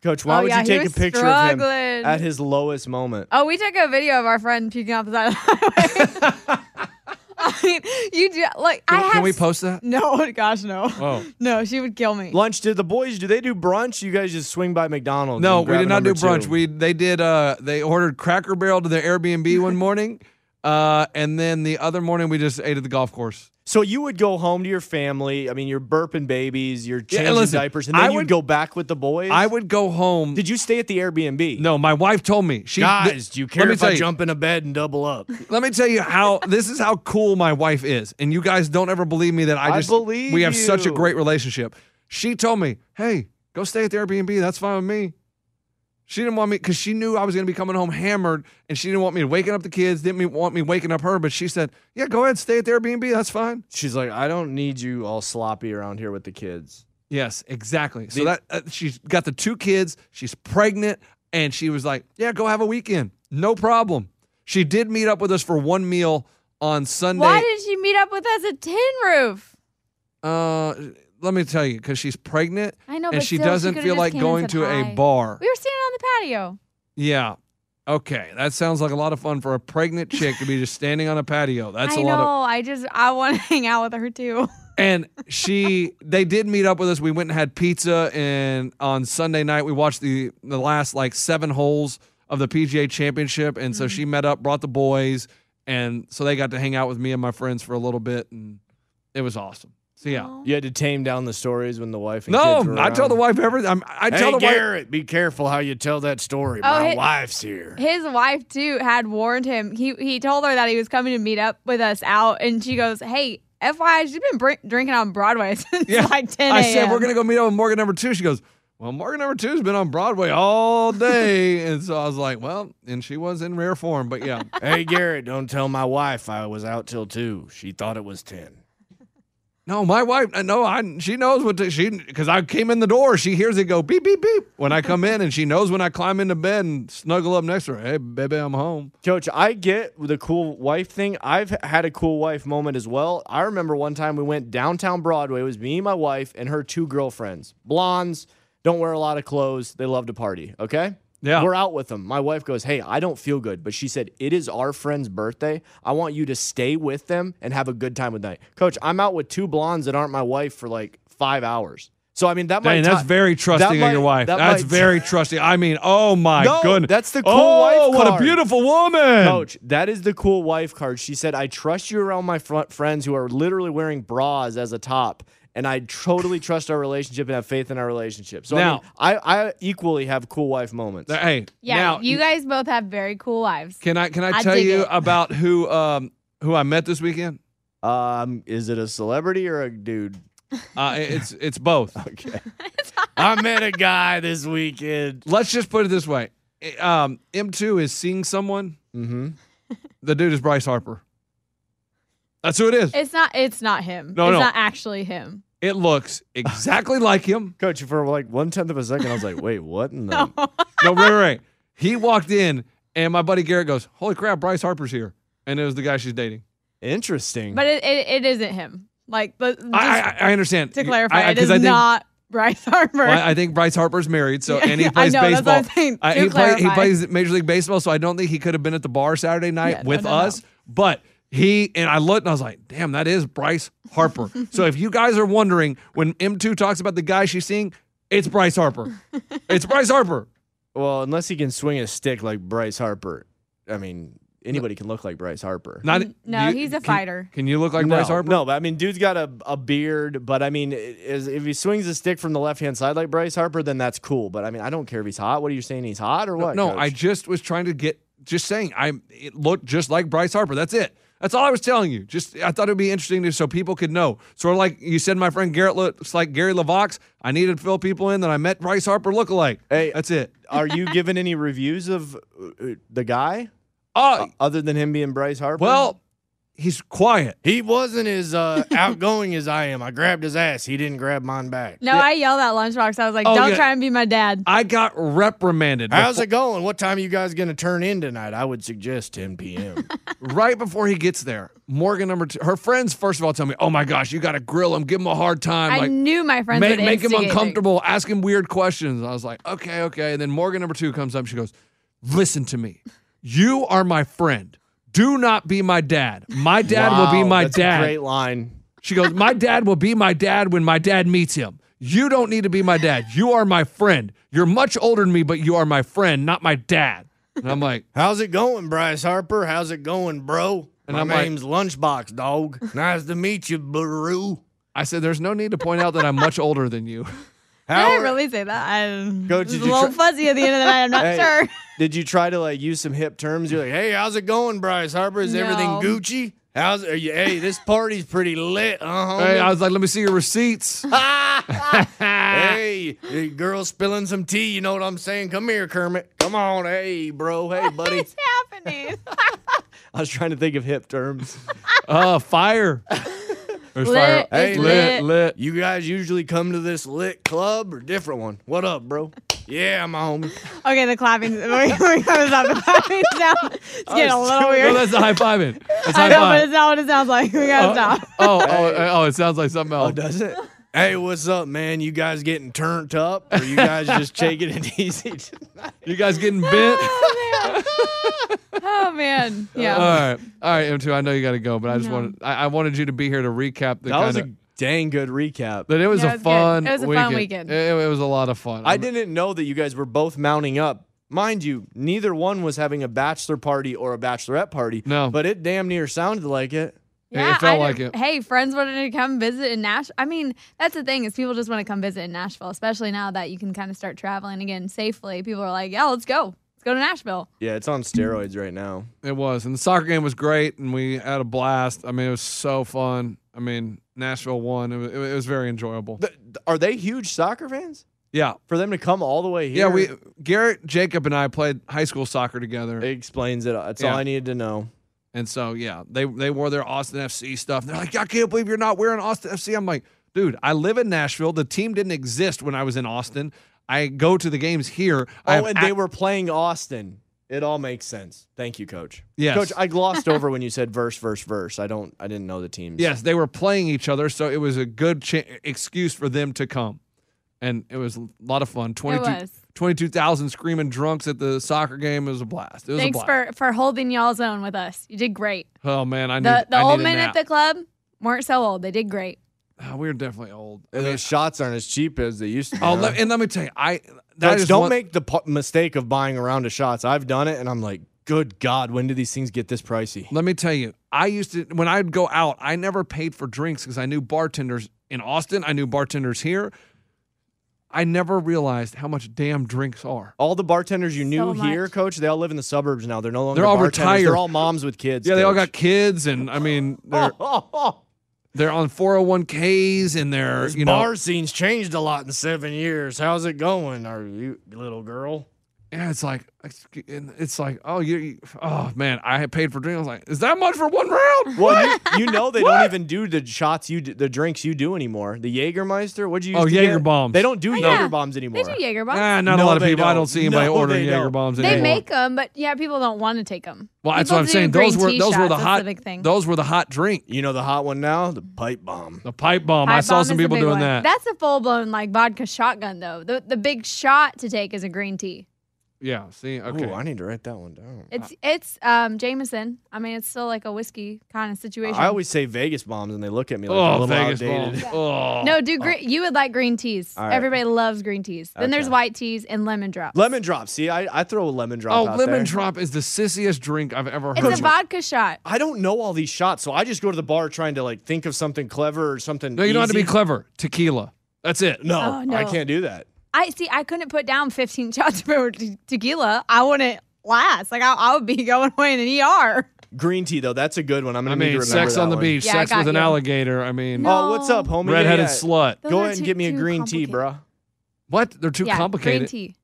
Coach, why
Oh,
would you
yeah, he
take a
was
picture of him
struggling.
at his lowest moment?
Oh, we took a video of our friend puking off the side of the highway. I mean, you do like I
Can,
have.
can we
s-
post that?
No, gosh, no.
Oh.
No, she would kill me.
Lunch? Did the boys? Do they do brunch? You guys just swing by McDonald's?
No,
and
we
grab
did
a
not do
number
brunch.
two?
We they did uh they ordered Cracker Barrel to their Airbnb one morning. Uh, and then the other morning we just ate at the golf course.
so you would go home to your family. I mean, you're burping babies, you're changing
listen,
diapers, and
I
then you'd
would-
go back with the boys.
I would go home.
Did you stay at the Airbnb?
no, my wife told me. She
guys,
th-
do you
let
care
me
if
tell
I
you.
jump in a bed and double up?
Let me tell you how this is how cool my wife is, and you guys don't ever believe me that I
I
just
believe
we have such a
you.
great relationship. She told me, "Hey, go stay at the Airbnb. That's fine with me." She didn't want me because she knew I was going to be coming home hammered, and she didn't want me waking up the kids. Didn't me- want me waking up her, but she said, "Yeah, go ahead, stay at the Airbnb. That's fine."
She's like, I don't need you all sloppy around here with the kids.
Yes, exactly. So
The-
that uh, she's got the two kids, she's pregnant, and she was like, "Yeah, go have a weekend, no problem." She did meet up with us for one meal on Sunday.
Why did she meet up with us at Tin Roof?
Uh, let me tell you, because she's pregnant.
I know,
and
Oh, but
she
still, she
doesn't
could've
feel
just
like
came and
going
said
to a
hi.
bar.
We were standing on the patio.
Yeah. Okay, that sounds like a lot of fun for a pregnant chick to be just standing on a patio. That's
I
a
know.
lot of
I just I want to hang out with her too.
and she they did meet up with us we went and had pizza and on sunday night we watched the the last like seven holes of the pga championship and
Mm-hmm.
so she met up brought the boys and so they got to hang out with me and my friends for a little bit and it was awesome so yeah
You had to tame down the stories when the wife. And kids
no
were
i tell the
around.
wife everything I'm, i tell the wife
be careful how you tell that story.
Oh, hey-
wife's here.
His wife too had warned him. He he told her that he was coming to meet up with us out, and she goes, "Hey, FYI, she's been br- drinking on Broadway since like ten
I said
a.m..
we're gonna go meet up with Morgan number two. She goes, Well, Morgan number two's been on Broadway all day. and so I was like, Well, and she was in rare form, but yeah.
hey Garrett, don't tell my wife I was out till two. She thought it was ten.
No, my wife, uh, no, I she knows what to, she because I came in the door, she hears it go beep beep beep when I come in, and she knows when I climb into bed and snuggle up next to her. Hey, baby, I'm home.
Coach, I get the cool wife thing. I've had a cool wife moment as well. I remember one time we went downtown Broadway. It was me, my wife, and her two girlfriends. Blondes, don't wear a lot of clothes. They love to party. Okay?
Yeah.
We're out with them. My wife goes, Hey, I don't feel good. But she said, It is our friend's birthday. I want you to stay with them and have a good time with night. Coach, I'm out with two blondes that aren't my wife for like five hours. So I mean that
Dang,
might
that's
ti-
very trusting
that
of your
might-
wife.
that
That's
might-
very trusting. I mean, oh my
No,
goodness.
that's the cool
oh,
wife
what a
card.
beautiful woman.
Coach, that is the cool wife card. She said, I trust you around my fr- friends who are literally wearing bras as a top, and I totally trust our relationship and have faith in our relationship. So
Now-
I, mean, I, I equally have cool wife moments.
Hey,
Yeah,
now,
you guys both have very cool lives.
Can I can I,
I
tell
dig
you
it.
about who um who I met this weekend?
Um, is it a celebrity or a dude?
Uh, it- it's it's both.
Okay. I met a guy this weekend.
Let's just put it this way. I- Um, M2 is seeing someone.
Mm-hmm.
The dude is Bryce Harper. That's who it is.
It's not. It's not him.
No,
it's
no.
not actually him.
It looks exactly like him.
Coach, for like one tenth of a second, I was like, wait, what in the
No, right, right, right. He walked in, and my buddy Garrett goes, "Holy crap, Bryce Harper's here!" And it was the guy she's dating.
interesting.
But it, it, it isn't him. Like, but just
I, I, I understand.
to clarify,
I- I-
it
'cause
is
I think-
not Bryce Harper.
Well, I think Bryce Harper's married, so and he
Yeah, I
plays
know, that's what
baseball.
I'm saying.
Uh,
Do
he, play- he
clarify.
plays Major League Baseball, so I don't think he could have been at the bar Saturday night
Yeah, no,
with
no, no.
us. But he and I looked and I was like, "Damn, that is Bryce Harper." so if you guys are wondering when M2 talks about the guy she's seeing, it's Bryce Harper. it's Bryce Harper.
well, unless he can swing a stick like Bryce Harper, I mean, anybody can look like Bryce Harper.
Not
N- no,
you-
he's a
can-
fighter.
Can, you look like
no,
Bryce Harper?
No, but I mean, dude's got a, a beard. But I mean, i- is, if he swings a stick from the left hand side like Bryce Harper, then that's cool. But I mean, I don't care if he's hot. What are you saying? He's hot or what?
no,
coach?
I just was trying to get just saying I it looked just like Bryce Harper. That's it. That's all I was telling you. Just I thought it would be interesting to, so people could know. Sort of like you said, my friend Garrett looks like Gary Lavox. I needed to fill people in that I met Bryce Harper lookalike.
Hey.
that's it.
are you giving any reviews of uh, uh, the guy
Oh
other than him being Bryce Harper?
well, he's quiet.
he wasn't as uh, outgoing as I am. I grabbed his ass. He didn't grab mine back.
no, I yelled at Lunchbox. I was like,
Oh,
"Don't
yeah.
try and be my dad."
I got reprimanded befo-
going? What time are you guys going to turn in tonight? I would suggest 10 p.m.
right before he gets there. Morgan number two, her friends first of all tell me, "Oh my gosh, you got to grill him, give him a hard time."
I
like,
knew my friends
make,
would
make him
instigate it.
uncomfortable, ask him weird questions. I was like, okay, okay. And then Morgan number two comes up. She goes, listen to me. You are my friend. Do not be my dad. My dad will be my
that's
dad.
A great line.
She goes, my dad will be my dad when my dad meets him. You don't need to be my dad. You are my friend. You're much older than me, but you are my friend, not my dad. And I'm like,
How's it going, Bryce Harper? How's it going, bro?
And I'm like-
Lunchbox Dog. Nice to meet you, Baru.
I said, there's no need to point out that I'm much older than you.
Did I
are-
really say that? I'm
Go,
it's
did
a
you
little
try-
fuzzy at the end of the night. I'm not
Hey,
sure.
Did you try to like use some hip terms? You're like, hey, how's it going, Bryce Harper? Is everything
No.
Gucci? How's are you? Hey, this party's pretty lit, huh?
Hey,
homie?
I was like, let me see your receipts.
hey, the girl spilling some tea. You know what I'm saying? Come here, Kermit. Come on, hey, bro. Hey, buddy.
What's happening?
I was trying to think of hip terms.
Oh, fire. There's
Lit
fire.
is
lit,
lit.
lit.
You guys usually come to this lit club or different one. What up, bro? Yeah, my homie.
okay, the clapping. We're going to stop the clapping sound. Oh, It's getting a little
No,
weird.
that's the high fiving. That's
I
high
know, but it's
five.
not what it sounds like. We gotta stop.
Oh, oh, oh, it sounds like something else.
does it? Hey, what's up, man? You guys getting turned up or you guys just taking it easy? tonight?
You guys getting bent?
Oh man, yeah.
All right, all right, M2. I know you got to go, but I just wanted I, I wanted you to be here to recap the
That was
kind
a
of
dang good recap.
that it was
Yeah,
a
it was good.
fun.
It was a
weekend.
fun weekend.
It, it was a lot of fun.
I
I'm-
didn't know that you guys were both mounting up. Mind you, neither one was having a bachelor party or a bachelorette party.
No.
But it damn near sounded like it.
it felt
I
like
didn't-
it.
Hey, friends wanted to come visit in Nashville. I mean, that's the thing is people just want to come visit in Nashville, especially now that you can kind of start traveling again safely. People are like, yeah, let's go. Let's go to Nashville.
Yeah, it's on steroids right now.
It was, and the soccer game was great, and we had a blast. I mean, it was so fun. I mean, Nashville won. It was, it was- it was very enjoyable.
Th- th- are they huge soccer fans?
yeah,
For them to come all the way here?
yeah. We Garrett, Jacob, and I played high school soccer together.
It explains it. all. That's
Yeah.
all I needed to know.
And so yeah, they they wore their Austin FC stuff. They're like, I can't believe you're not wearing Austin FC. I'm like, dude, I live in Nashville. The team didn't exist when I was in Austin. I go to the games here. I have
oh, and they
ac-
were playing Austin. It all makes sense. Thank you, Coach.
Yes.
Coach, I glossed over when you said verse, verse, verse. I don't. I didn't know the teams.
yes, they were playing each other, so it was a good cha- excuse for them to come. and it was a lot of fun. 22
was.
22,000 screaming drunks at the soccer game. It was a blast. It was
Thanks
a blast.
for for holding y'all's own with us. You did great.
oh man, I need
The the
I need
old
a
men
nap.
at the club weren't so old. They did great.
Ah, we were definitely old.
And those shots aren't as cheap as they used to be.
Oh,
huh?
let, and let me tell you, I that
Folks,
is
don't
one-
make the pu- mistake of buying a round of shots. I've done it, and I'm like, good God, when do these things get this pricey?
Let me tell you, I used to when I'd go out, I never paid for drinks because I knew bartenders in Austin, I knew bartenders here. I never realized how much damn drinks are.
All the bartenders you knew
much.
here, Coach, they all live in the suburbs now. They're no longer
They're all
bartenders.
retired.
They're all moms with kids.
Yeah, they all got
Coach.
kids, and I mean they're
Oh, oh,
they're on four hundred one ks, and they're
This
you know
bar scene's changed a lot in seven years. How's it going? Are you little girl?
yeah, it's like and it's like oh you, you- oh man, I had paid for drinks. I was like, is that much for one round?
Well, you, you know they don't even do the shots you do, the drinks you do anymore. The Jägermeister. What'd you? Use
Oh,
to get?
Jaeger bombs.
They don't do Jaeger
Oh, yeah.
bombs
They
anymore.
do Jaeger bombs.
Ah, not
No,
a lot of
they
people. I
don't.
don't see anybody
No,
ordering
they
Jaeger
don't.
bombs
They
anymore.
make them, but yeah, people don't want to take them.
well, that's what I'm saying. Those were those were the hot
big thing.
those were the hot drink.
You know the hot one now, the pipe bomb.
The pipe bomb.
Pipe
um, I saw
bomb
some
is the
people
big
doing
one.
that.
That's a full blown like vodka shotgun though. The the big shot to take is a green tea.
Yeah. See. Okay.
Ooh, I need to write that one down.
Uh,
It's it's um Jameson. I mean, it's still like a whiskey kind of situation.
I always say Vegas bombs, and they look at me like I'm
oh,
a little
Vegas
outdated.
balls. Oh.
no do green. You would like green teas.
All right.
Everybody loves green teas. Then there's
Okay.
white teas and lemon drops.
Lemon drop. See, I, I throw a lemon drop.
Oh,
out
lemon
there.
drop is the sissiest drink I've ever heard.
it's a vodka shot.
I don't know all these shots, so I just go to the bar trying to like think of something clever or something.
no, you don't have to be
easy.
clever. Tequila. That's it.
No,
Oh, no.
I can't do that.
I see. I couldn't put down 15 shots of te- tequila. I wouldn't last. Like I, I would be going away in an ER.
Green tea though, that's a good one. I'm gonna
I
need to
mean,
remember
sex
that
on the
one.
beach,
Yeah, I
sex
got
with an
you.
alligator. I mean,
No.
Oh, what's up, homie? Yeah,
redheaded
yeah.
slut.
Those
Go
are
ahead and
too-
give me a
too
green tea,
complicated.
bruh.
What? They're too
yeah,
complicated.
green tea.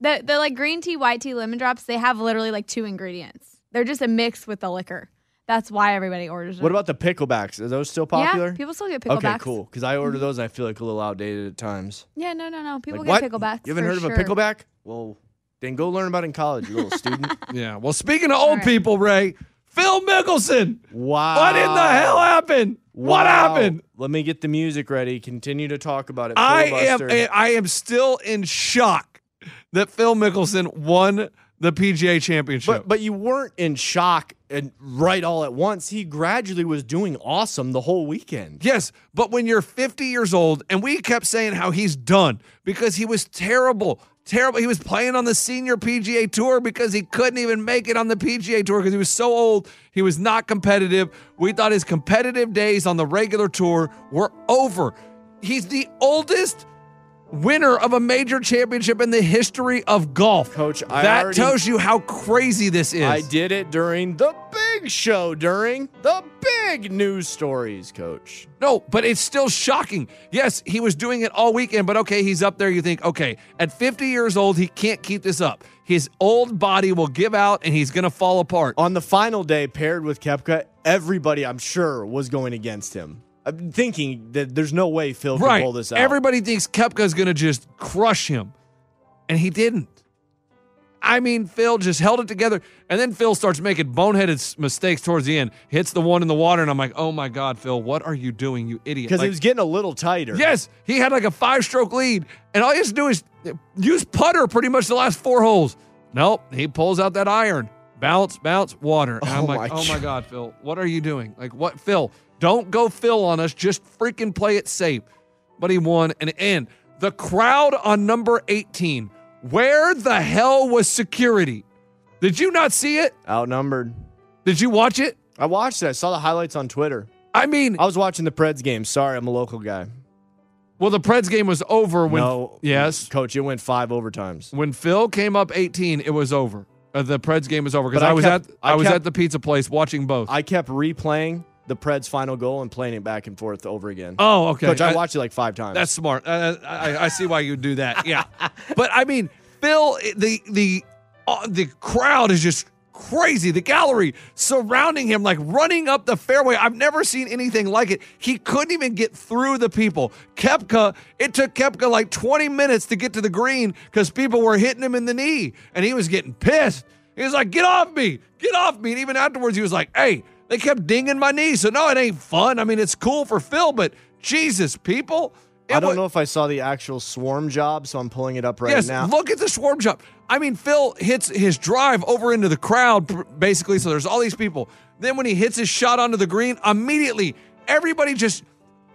The the like green tea, white tea, lemon drops. They have literally like two ingredients. They're just a mix with the liquor. That's why everybody orders it.
What about the picklebacks? Are those still popular?
Yeah, people still get picklebacks.
okay, cool. Because I order those and I feel like a little outdated at times.
Yeah, no, no, no. People
like,
get
what?
picklebacks.
You haven't
for
heard of
sure.
a pickleback? Well, then go learn about it in college, you little student.
Yeah. Well, speaking of old
right.
people, Ray, Phil Mickelson.
Wow.
What in the hell happened? What
Wow.
happened?
Let me get the music ready. Continue to talk about it.
I am
filibuster.
I am still in shock that Phil Mickelson won the PGA Championship.
But but you weren't in shock and right all at once. He gradually was doing awesome the whole weekend.
Yes, but when you're 50 years old, and we kept saying how he's done because he was terrible, terrible. He was playing on the senior PGA Tour because he couldn't even make it on the PGA Tour because he was so old. He was not competitive. We thought his competitive days on the regular tour were over. He's the oldest winner of a major championship in the history of golf.
Coach, I
that
already-
tells you how crazy this is.
I did it during the big show, during the big news stories, coach.
No, but it's still shocking. Yes, he was doing it all weekend, but okay, he's up there. You think, okay, at 50 years old, he can't keep this up. His old body will give out and he's going to fall apart.
On the final day, paired with Kepka, everybody I'm sure was going against him. I'm thinking that there's no way Phil can
right.
pull this out.
Everybody thinks Kepka's going to just crush him, and he didn't. I mean, Phil just held it together, and then Phil starts making boneheaded s- mistakes towards the end, hits the one in the water, and I'm like, oh my God, Phil, what are you doing, you idiot?
because
Like,
it was getting a little tighter.
Yes, he had like a five stroke lead, and all he has to do is use putter pretty much the last four holes. Nope, he pulls out that iron, bounce, bounce, water. And I'm
Oh
like,
my
oh my
God."
God, Phil, what are you doing? Like, what, Phil? Don't go Phil on us. Just freaking play it safe. But he won, and and the crowd on number 18. Where the hell was security? Did you not see it?
Outnumbered.
Did you watch it?
I watched it. I saw the highlights on Twitter.
I mean,
I was watching the Preds game. Sorry, I'm a local guy.
well, the Preds game was over when.
no.
Yes.
Coach, it went five overtimes.
when Phil came up 18, it was over. Uh, the Preds game was over because
But
I,
I
was
kept-
at I,
I
was
kept-
at the pizza place watching both.
I kept replaying the Preds' final goal and playing it back and forth over again.
oh, okay.
Coach, I,
I-
watched it like five times.
That's smart. Uh, I, I- I see why you do that. Yeah, but I mean, Phil, the the uh, the crowd is just crazy. The gallery surrounding him, like running up the fairway. I've never seen anything like it. He couldn't even get through the people. Kepka, it took Kepka like 20 minutes to get to the green because people were hitting him in the knee, and he was getting pissed. He was like, "Get off me! Get off me!" And even afterwards, he was like, "Hey." They kept dinging my knee, so no, it ain't fun. I mean, it's cool for Phil, but Jesus, people,
I don't
wa-
know if I saw the actual swarm job, so I'm pulling it up right
yes,
now.
look at the swarm jump. I mean, Phil hits his drive over into the crowd, pr- basically. So there's all these people. Then when he hits his shot onto the green, immediately everybody just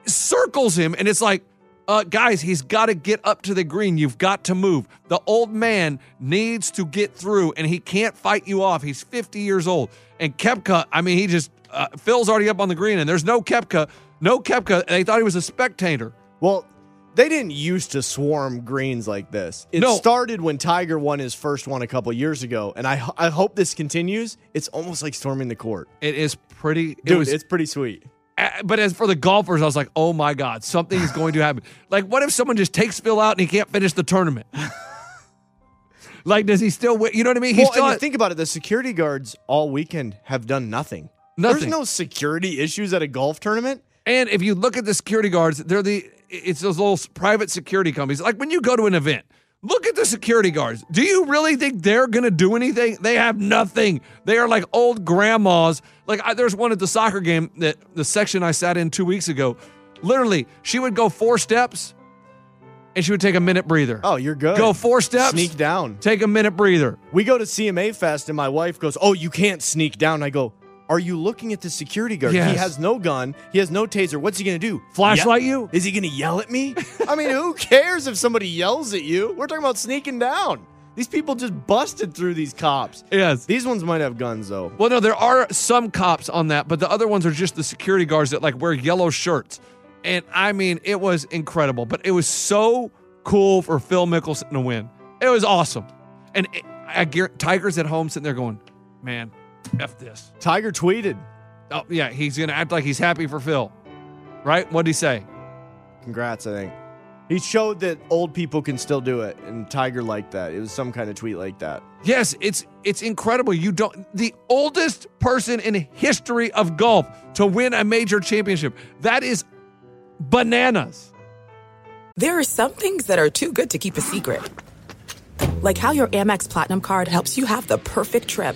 circles him, and it's like, uh, guys, he's got to get up to the green. You've got to move. The old man needs to get through, and he can't fight you off. He's 50 years old, and Kepka. I mean, he just uh, Phil's already up on the green, and there's no Kepka, no Kepka. They thought he was a spectator.
Well, they didn't used to swarm greens like this. It
No.
started when Tiger won his first one a couple years ago, and I I hope this continues. It's almost like storming the court,
It is pretty. it
dude.
was-
it's pretty sweet.
Uh, but as for the golfers, I was like, oh my God, something is going to happen. like, what if someone just takes Phil out and he can't finish the tournament? like, does he still win? You know what I mean? He's
well,
still.
and you think about it, the security guards all weekend have done nothing.
Nothing.
There's no security issues at a golf tournament.
and if you look at the security guards, they're the. It's those little s- private security companies. Like, when you go to an event, look at the security guards. Do you really think they're going to do anything? They have nothing. They are like old grandmas. Like, I, there's one at the soccer game that the section I sat in two weeks ago. Literally, she would go four steps and she would take a minute breather.
Oh, you're good.
Go four steps.
Sneak down.
Take a minute breather.
We go to CMA Fest, and my wife goes, "Oh, you can't sneak down." I go, "Are you looking at the security guard?
Yes.
He has no gun. He has no taser. What's he gonna do?
Flashlight you?
Is he gonna yell at me? I mean, who cares if somebody yells at you? We're talking about sneaking down. These people just busted through these cops.
Yes.
These ones might have guns though.
Well, no, there are some cops on that, but the other ones are just the security guards that like wear yellow shirts. And I mean, it was incredible, but it was so cool for Phil Mickelson to win. It was awesome. And it, I guarantee Tiger's at home sitting there going, man, F this.
Tiger tweeted,
Oh, yeah, he's going to act like he's happy for Phil. Right? What'd he say?
"Congrats, I think." He showed that old people can still do it, and Tiger liked that. It was some kind of tweet like that.
Yes, it's it's incredible. You don't the oldest person in history of golf to win a major championship. That is bananas.
There are some things that are too good to keep a secret. Like how your Amex Platinum card helps you have the perfect trip.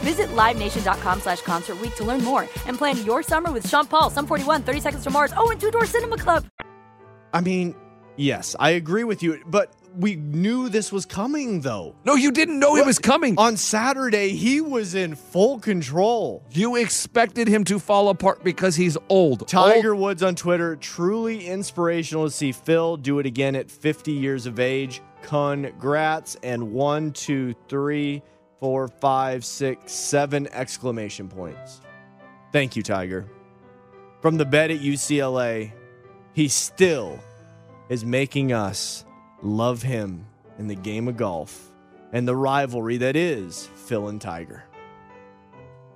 Visit LiveNation.com slash Concert Week to learn more and plan your summer with Sean Paul, Sum 41, 30 Seconds to Mars, oh, and Two Door Cinema Club.
I mean, yes, I agree with you, but we knew this was coming though.
No, you didn't know he was coming.
On Saturday, he was in full control.
You expected him to fall apart because he's old.
Tiger
Old-
Woods on Twitter, truly inspirational to see Phil do it again at 50 years of age. Congrats. And one, two, three, four, five, six, seven exclamation points. Thank you, Tiger. From the bed at UCLA, he still is making us love him in the game of golf and the rivalry that is Phil and Tiger.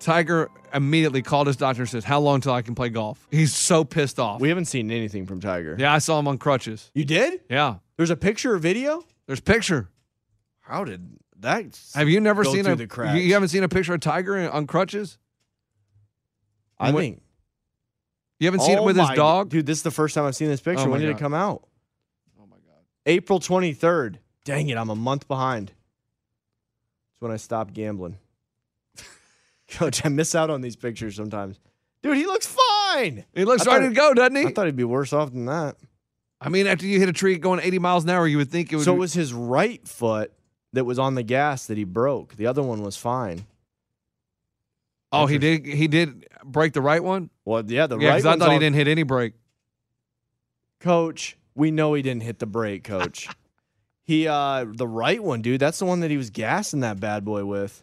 Tiger immediately called his doctor and says, "How long till I can play golf?" He's so pissed off.
We haven't seen anything from Tiger.
yeah, I saw him on crutches.
You did?
Yeah,
There's a picture or video?
there's picture.
How did that?
Have you never
Go
seen
through
a?
the cracks.
You, you haven't seen a picture of Tiger in- on crutches?
I
What-
think.
You haven't seen it
Oh
with his
my-
dog?
dude. This is the first time I've seen this picture.
Oh my
when did it
God.
come out? Oh my god, April twenty third. Dang it, I'm a month behind. That's when I stopped gambling. Coach, I miss out on these pictures sometimes. Dude, he looks fine.
He looks
I
ready
thought-
to go, doesn't he?
I thought he'd be worse off than that.
I mean, after you hit a tree going 80 miles an hour, you would think it would.
So it
be-
was his right foot that was on the gas that he broke. The other one was fine.
oh, he did. He did break the right one.
Well, yeah, the
yeah,
right.
because I
one's
thought he
on-
didn't hit any brake.
Coach, we know he didn't hit the brake, coach. he uh the right one, dude. That's the one that he was gassing that bad boy with.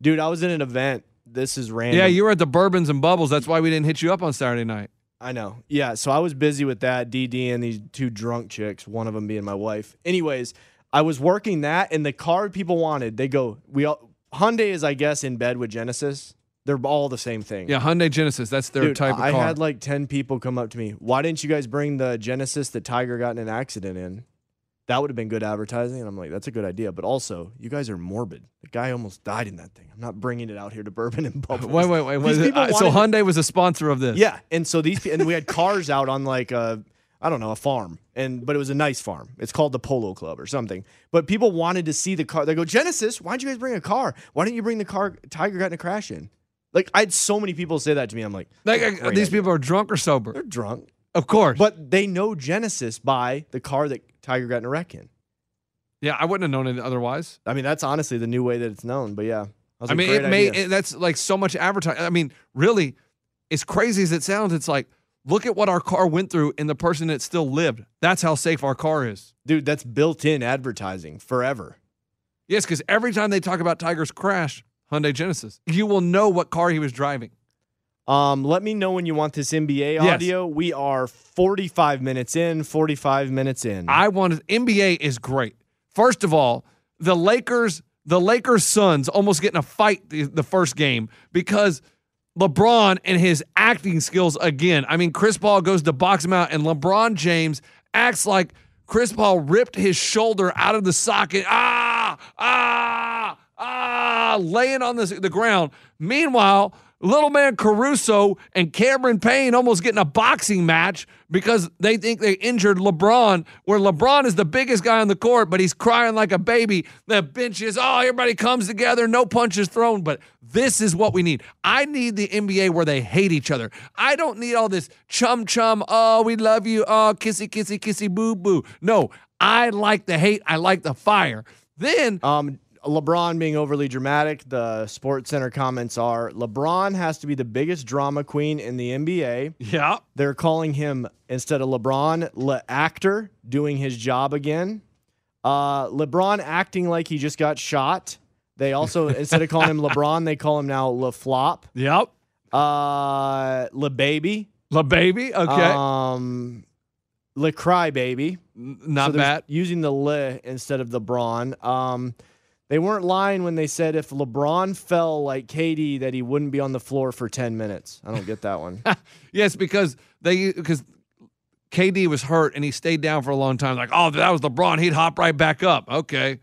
Dude, I was in an event. This is random.
Yeah, you were at the Bourbons and Bubbles. That's why we didn't hit you up on Saturday night.
I know. Yeah. So I was busy with that DD and these two drunk chicks, one of them being my wife. Anyways, I was working that, and the card people wanted, they go, we all Hyundai is, I guess, in bed with Genesis. They're all the same thing.
Yeah, Hyundai Genesis. That's their
Dude,
type of
I
car.
had like ten people come up to me. Why didn't you guys bring the Genesis that Tiger got in an accident in? That would have been good advertising. And I'm like, that's a good idea. But also, you guys are morbid. The guy almost died in that thing. I'm not bringing it out here to bourbon and bubbles.
wait, wait, wait.
These
was it-
people
uh, so
wanted-
Hyundai was a sponsor of this.
yeah, and so these pe- and we had cars out on like a I don't know a farm, and but it was a nice farm. It's called the Polo Club or something. But people wanted to see the car. They go Genesis. Why'd you guys bring a car? Why didn't you bring the car Tiger got in a crash in? Like I had so many people say that to me. I'm like,
Like,
"That's a
uh,
great
these
idea."
people are drunk or sober.
they're drunk,
Of course.
but they know Genesis by the car that Tiger got in a wreck in.
yeah, I wouldn't have known it otherwise.
I mean, that's honestly the new way that it's known. But yeah, I, was
I
like,
mean,
"Great
it may
idea."
it, that's like so much advertising. I mean, really, as crazy as it sounds, it's like look at what our car went through and the person that still lived. That's how safe our car is.
dude, that's built-in advertising forever.
Yes, because every time they talk about Tiger's crash, Hyundai Genesis, you will know what car he was driving.
Um, let me know when you want this NBA
Yes.
audio. We are 45 minutes in, 45 minutes in.
I wanted NBA is great. First of all, the Lakers, the Lakers Suns almost getting a fight the, the first game because LeBron and his acting skills again. I mean, Chris Paul goes to box him out, and LeBron James acts like Chris Paul ripped his shoulder out of the socket. Ah, ah, ah, laying on the, the ground. Meanwhile, little man Caruso and Cameron Payne almost getting a boxing match because they think they injured LeBron, where LeBron is the biggest guy on the court, but he's crying like a baby. The bench is, oh, everybody comes together, no punches thrown. But this is what we need. I need the NBA where they hate each other. I don't need all this chum chum, oh, we love you, oh, kissy, kissy, kissy, boo, boo. No, I like the hate, I like the fire. Then
um, LeBron being overly dramatic, the Sports Center comments are LeBron has to be the biggest drama queen in the NBA.
Yeah.
They're calling him, instead of LeBron, Le Actor, doing his job again. Uh, LeBron acting like he just got shot. They also, instead of calling him LeBron, they call him now Le Flop,
Yep.
uh, Le Baby.
La baby. Okay.
Um, Le Cry Baby.
N- Not
So there's-
bad.
Using the Le instead of the Braun. Um, they weren't lying when they said if LeBron fell like KD that he wouldn't be on the floor for 10 minutes. I don't get that one.
Yes, because they because KD was hurt and he stayed down for a long time. Like, oh, that was LeBron. He'd hop right back up. Okay.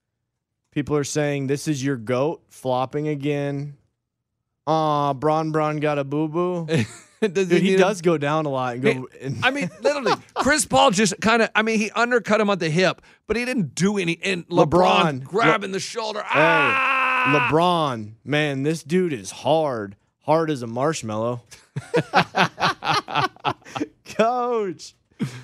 People are saying this is your goat flopping again. Aw, Bron Bron got a boo boo.
Does
Dude,
need
he
him?
does go down a lot and go. and-
I mean, literally, Chris Paul just kind of. I mean, he undercut him at the hip, but he didn't do any. And LeBron,
LeBron.
grabbing the shoulder.
hey,
Ah!
LeBron, man, this dude is hard. Hard as a marshmallow. Coach.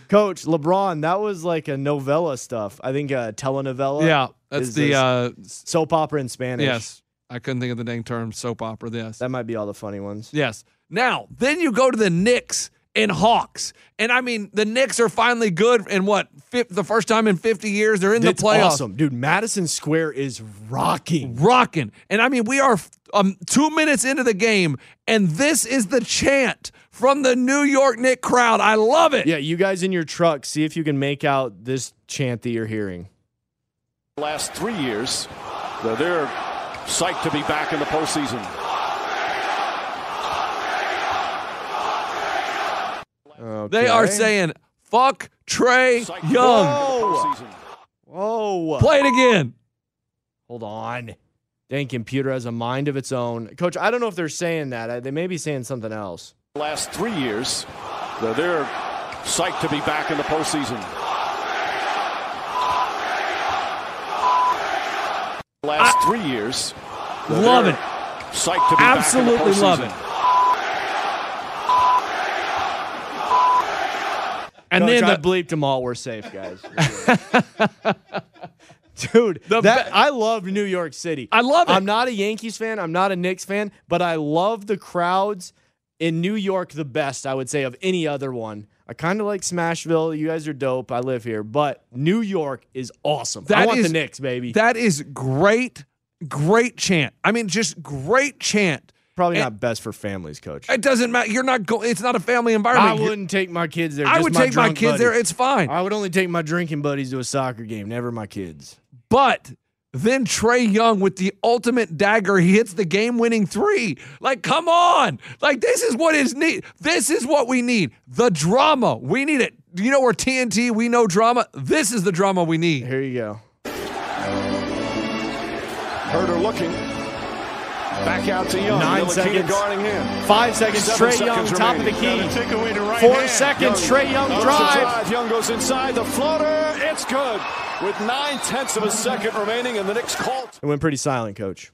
Coach, LeBron, that was like a novella stuff. I think a telenovela.
Yeah, that's
is
the
this
uh, s-
soap opera in Spanish.
yes. I couldn't think of the dang term. Soap opera. This.
That might be all the funny ones.
Yes. Now, then you go to the Knicks and Hawks. And I mean, the Knicks are finally good in what? Fif- the first time in 50 years. They're in
That's
the playoffs.
awesome. Dude, Madison Square is rocking.
Rocking. And I mean, we are um, two minutes into the game, and this is the chant from the New York Knicks crowd. I love it.
Yeah, you guys in your truck, see if you can make out this chant that you're hearing.
last three years. They're, they're psyched to be back in the postseason.
Okay.
They are saying, fuck Trey
Psyched to be
Young.
back in the
Whoa.
postseason.
Whoa.
Play it again.
Hold on. Dang computer has a mind of its own. Coach, I don't know if they're saying that. I- They may be saying something else.
Last three years. They're, they're psyched to be back in the postseason. Last three years. They're,
Love
they're
it.
Psyched to be back in
Absolutely
the postseason.
love it. And
No,
then
try
the
to bleep them all. We're safe, guys. Dude,
The
that,
be-
I love New York City.
I love it.
I'm not a Yankees fan. I'm not a Knicks fan, but I love the crowds in New York the best, I would say, of any other one. I kind of like Smashville. You guys are dope. I live here, but New York is awesome. I
That
want
is-
the Knicks, baby.
That is great, great chant. I mean, just great chant.
Probably
it-
not best for families, coach.
It doesn't matter. You're not going. It's not a family
I
environment.
wouldn't take my kids there.
I
just
would take my
drunk
kids there.
buddies.
It's fine.
I would only take my drinking buddies to a soccer game, never my kids.
But then Trey Young with the ultimate dagger, he hits the game-winning three. Like, come on! Like, this is what is need. This is what we need. The drama. We need it. Do You know we're TNT. We know drama. This is the drama we need.
Here you go.
Herder looking. Back out to Young.
Nine
Nilakina
seconds.
guarding him.
Five seconds,
Seven
Trey
seconds
Young, top of the
remaining. Got a
key.
takeaway to right
Four
hand.
seconds, Trae Young
goes to
drive.
Young goes inside the floater. It's good. With nine tenths of a second remaining, and the Knicks call.
It went pretty silent, coach.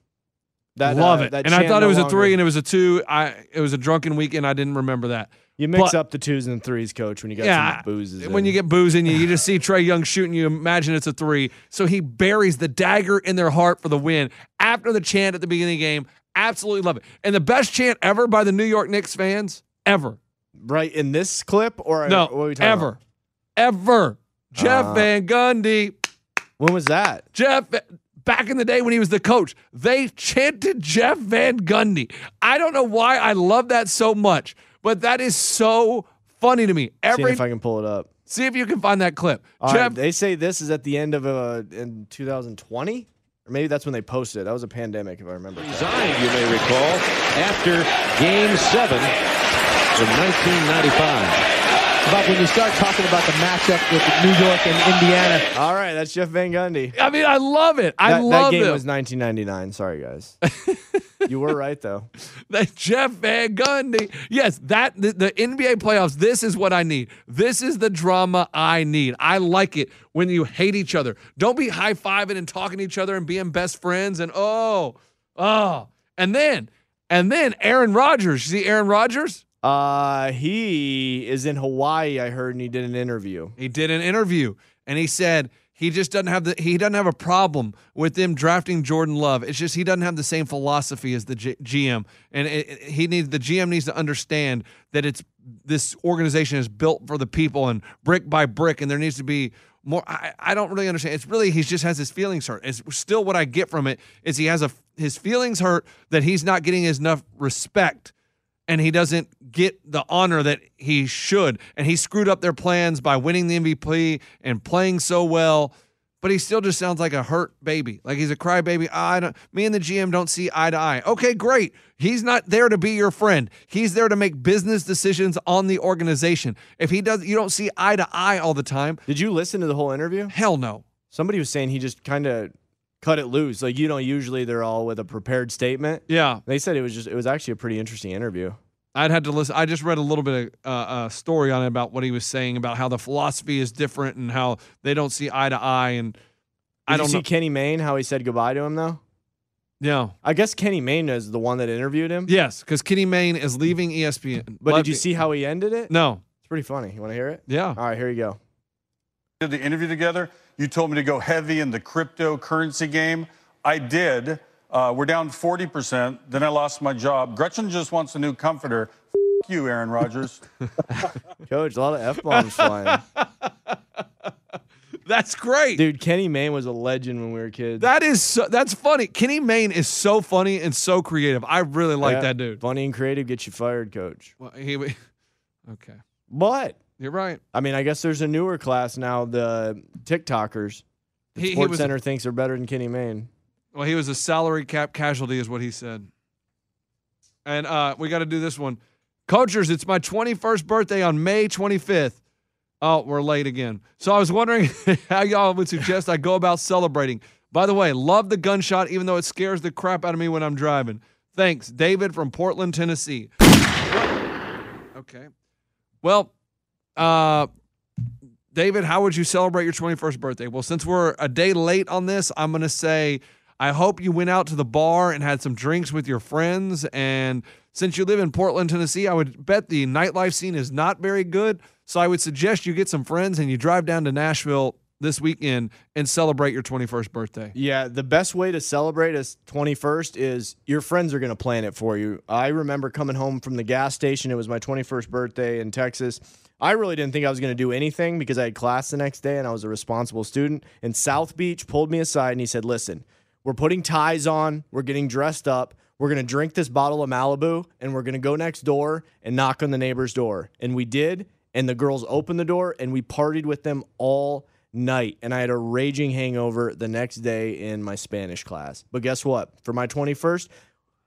That,
Love
uh,
it.
that
And I
chant
thought it
no
was a
longer-
three, and it was a two. I it was a drunken weekend. I didn't remember that.
You mix
But-
up the twos and threes, coach, when you got some boozes.
When
in.
you get booze in you, you just see Trey Young shooting you. Imagine it's a three. So he buries the dagger in their heart for the win after the chant at the beginning of the game. Absolutely love it. And the best chant ever by the New York Knicks fans ever.
right in this clip, or
No,
what are we talking
ever,
about?
ever. Jeff
Uh.
Van Gundy.
When was that?
Jeff. Back in the day when he was the coach, they chanted Jeff Van Gundy. I don't know why I love that so much, but that is so funny to me.
Seeing
Every
if I can pull it up.
see if you can find that clip.
All right,
Jeff
they say this is at the end of uh, in 2020, or maybe that's when they posted. it. That was a pandemic, if I remember. correctly.
Designed, you may recall, after Game 7 in 1995.
But when you start talking about the matchup with New York and Indiana,
All right, that's Jeff Van Gundy.
I mean, I love it. I
that, that
love
game
it.
was 1999. Sorry, guys. you were right though.
That Jeff Van Gundy. Yes, that the, the NBA playoffs. This is what I need. This is the drama I need. I like it when you hate each other. Don't be high fiving and talking to each other and being best friends and oh, oh, and then and then Aaron Rodgers. You see Aaron Rodgers?
Uh, he is in Hawaii. I heard, and he did an interview.
He did an interview and he said he just doesn't have the he doesn't have a problem with them drafting Jordan Love. It's just he doesn't have the same philosophy as the G- GM, and it, it- he needs the GM needs to understand that it's this organization is built for the people and brick by brick, and there needs to be more. I, I don't really understand. It's really he just has his feelings hurt. It's still what I get from it is he has a his feelings hurt that he's not getting enough respect and he doesn't get the honor that he should. And he screwed up their plans by winning the MVP and playing so well, but he still just sounds like a hurt baby. Like he's a crybaby. I don't me and the GM don't see eye to eye. Okay, great. He's not there to be your friend. He's there to make business decisions on the organization. If he does you don't see eye to eye all the time,
Did you listen to the whole interview?
hell no.
Somebody was saying he just kind of cut it loose. Like you know, usually they're all with a prepared statement.
Yeah.
They said it was just it was actually a pretty interesting interview.
I'd had to listen. I just read a little bit of uh, a story on it about what he was saying about how the philosophy is different and how they don't see eye to eye. And
Did
I don't
you see
know.
Kenny Mayne how he said goodbye to him though.
yeah.
I guess Kenny Mayne is the one that interviewed him.
Yes, because Kenny Mayne is leaving E ESPN.
But
Let
did you
me-
see how he ended it?
No.
It's pretty funny. You want to hear it?
Yeah.
All right, here you go.
Did the interview together? You told me to go heavy in the cryptocurrency game. I did. Uh, we're down 40%. Then I lost my job. Gretchen just wants a new comforter. F- you, Aaron Rodgers.
Coach, a lot of f bombs flying.
That's great.
Dude, Kenny Mayne was a legend when we were kids.
That is so, that's funny. Kenny Mayne is so funny and so creative. I really like
Yeah.
that dude.
Funny and creative get you fired, coach.
Well, he, okay,
But
you're right.
I mean, I guess there's a newer class now. The TikTokers.
He, he
Sports
was
Center thinks they're better than Kenny Mayne.
well. He was a salary cap casualty, is what he said. And uh, we got to do this one, coachers. It's my 21st birthday on May 25th. Oh, we're late again. So I was wondering how y'all would suggest I go about celebrating. By the way, love the gunshot, even though it scares the crap out of me when I'm driving. Thanks, David from Portland, Tennessee. okay. Well, uh, David, how would you celebrate your 21st birthday? Well, since we're a day late on this, I'm going to say I hope you went out to the bar and had some drinks with your friends. And since you live in Portland, Tennessee, I would bet the nightlife scene is not very good. So I would suggest you get some friends and you drive down to Nashville this weekend and celebrate your 21st birthday.
Yeah, the best way to celebrate is 21st is your friends are going to plan it for you. I remember coming home from the gas station. It was my 21st birthday in Texas. I really didn't think I was going to do anything because I had class the next day and I was a responsible student. And South Beach pulled me aside and he said, Listen, we're putting ties on, we're getting dressed up, we're going to drink this bottle of Malibu, and we're going to go next door and knock on the neighbor's door. And we did. And the girls opened the door and we partied with them all night and I had a raging hangover the next day in my Spanish class. But guess what? For my 21st,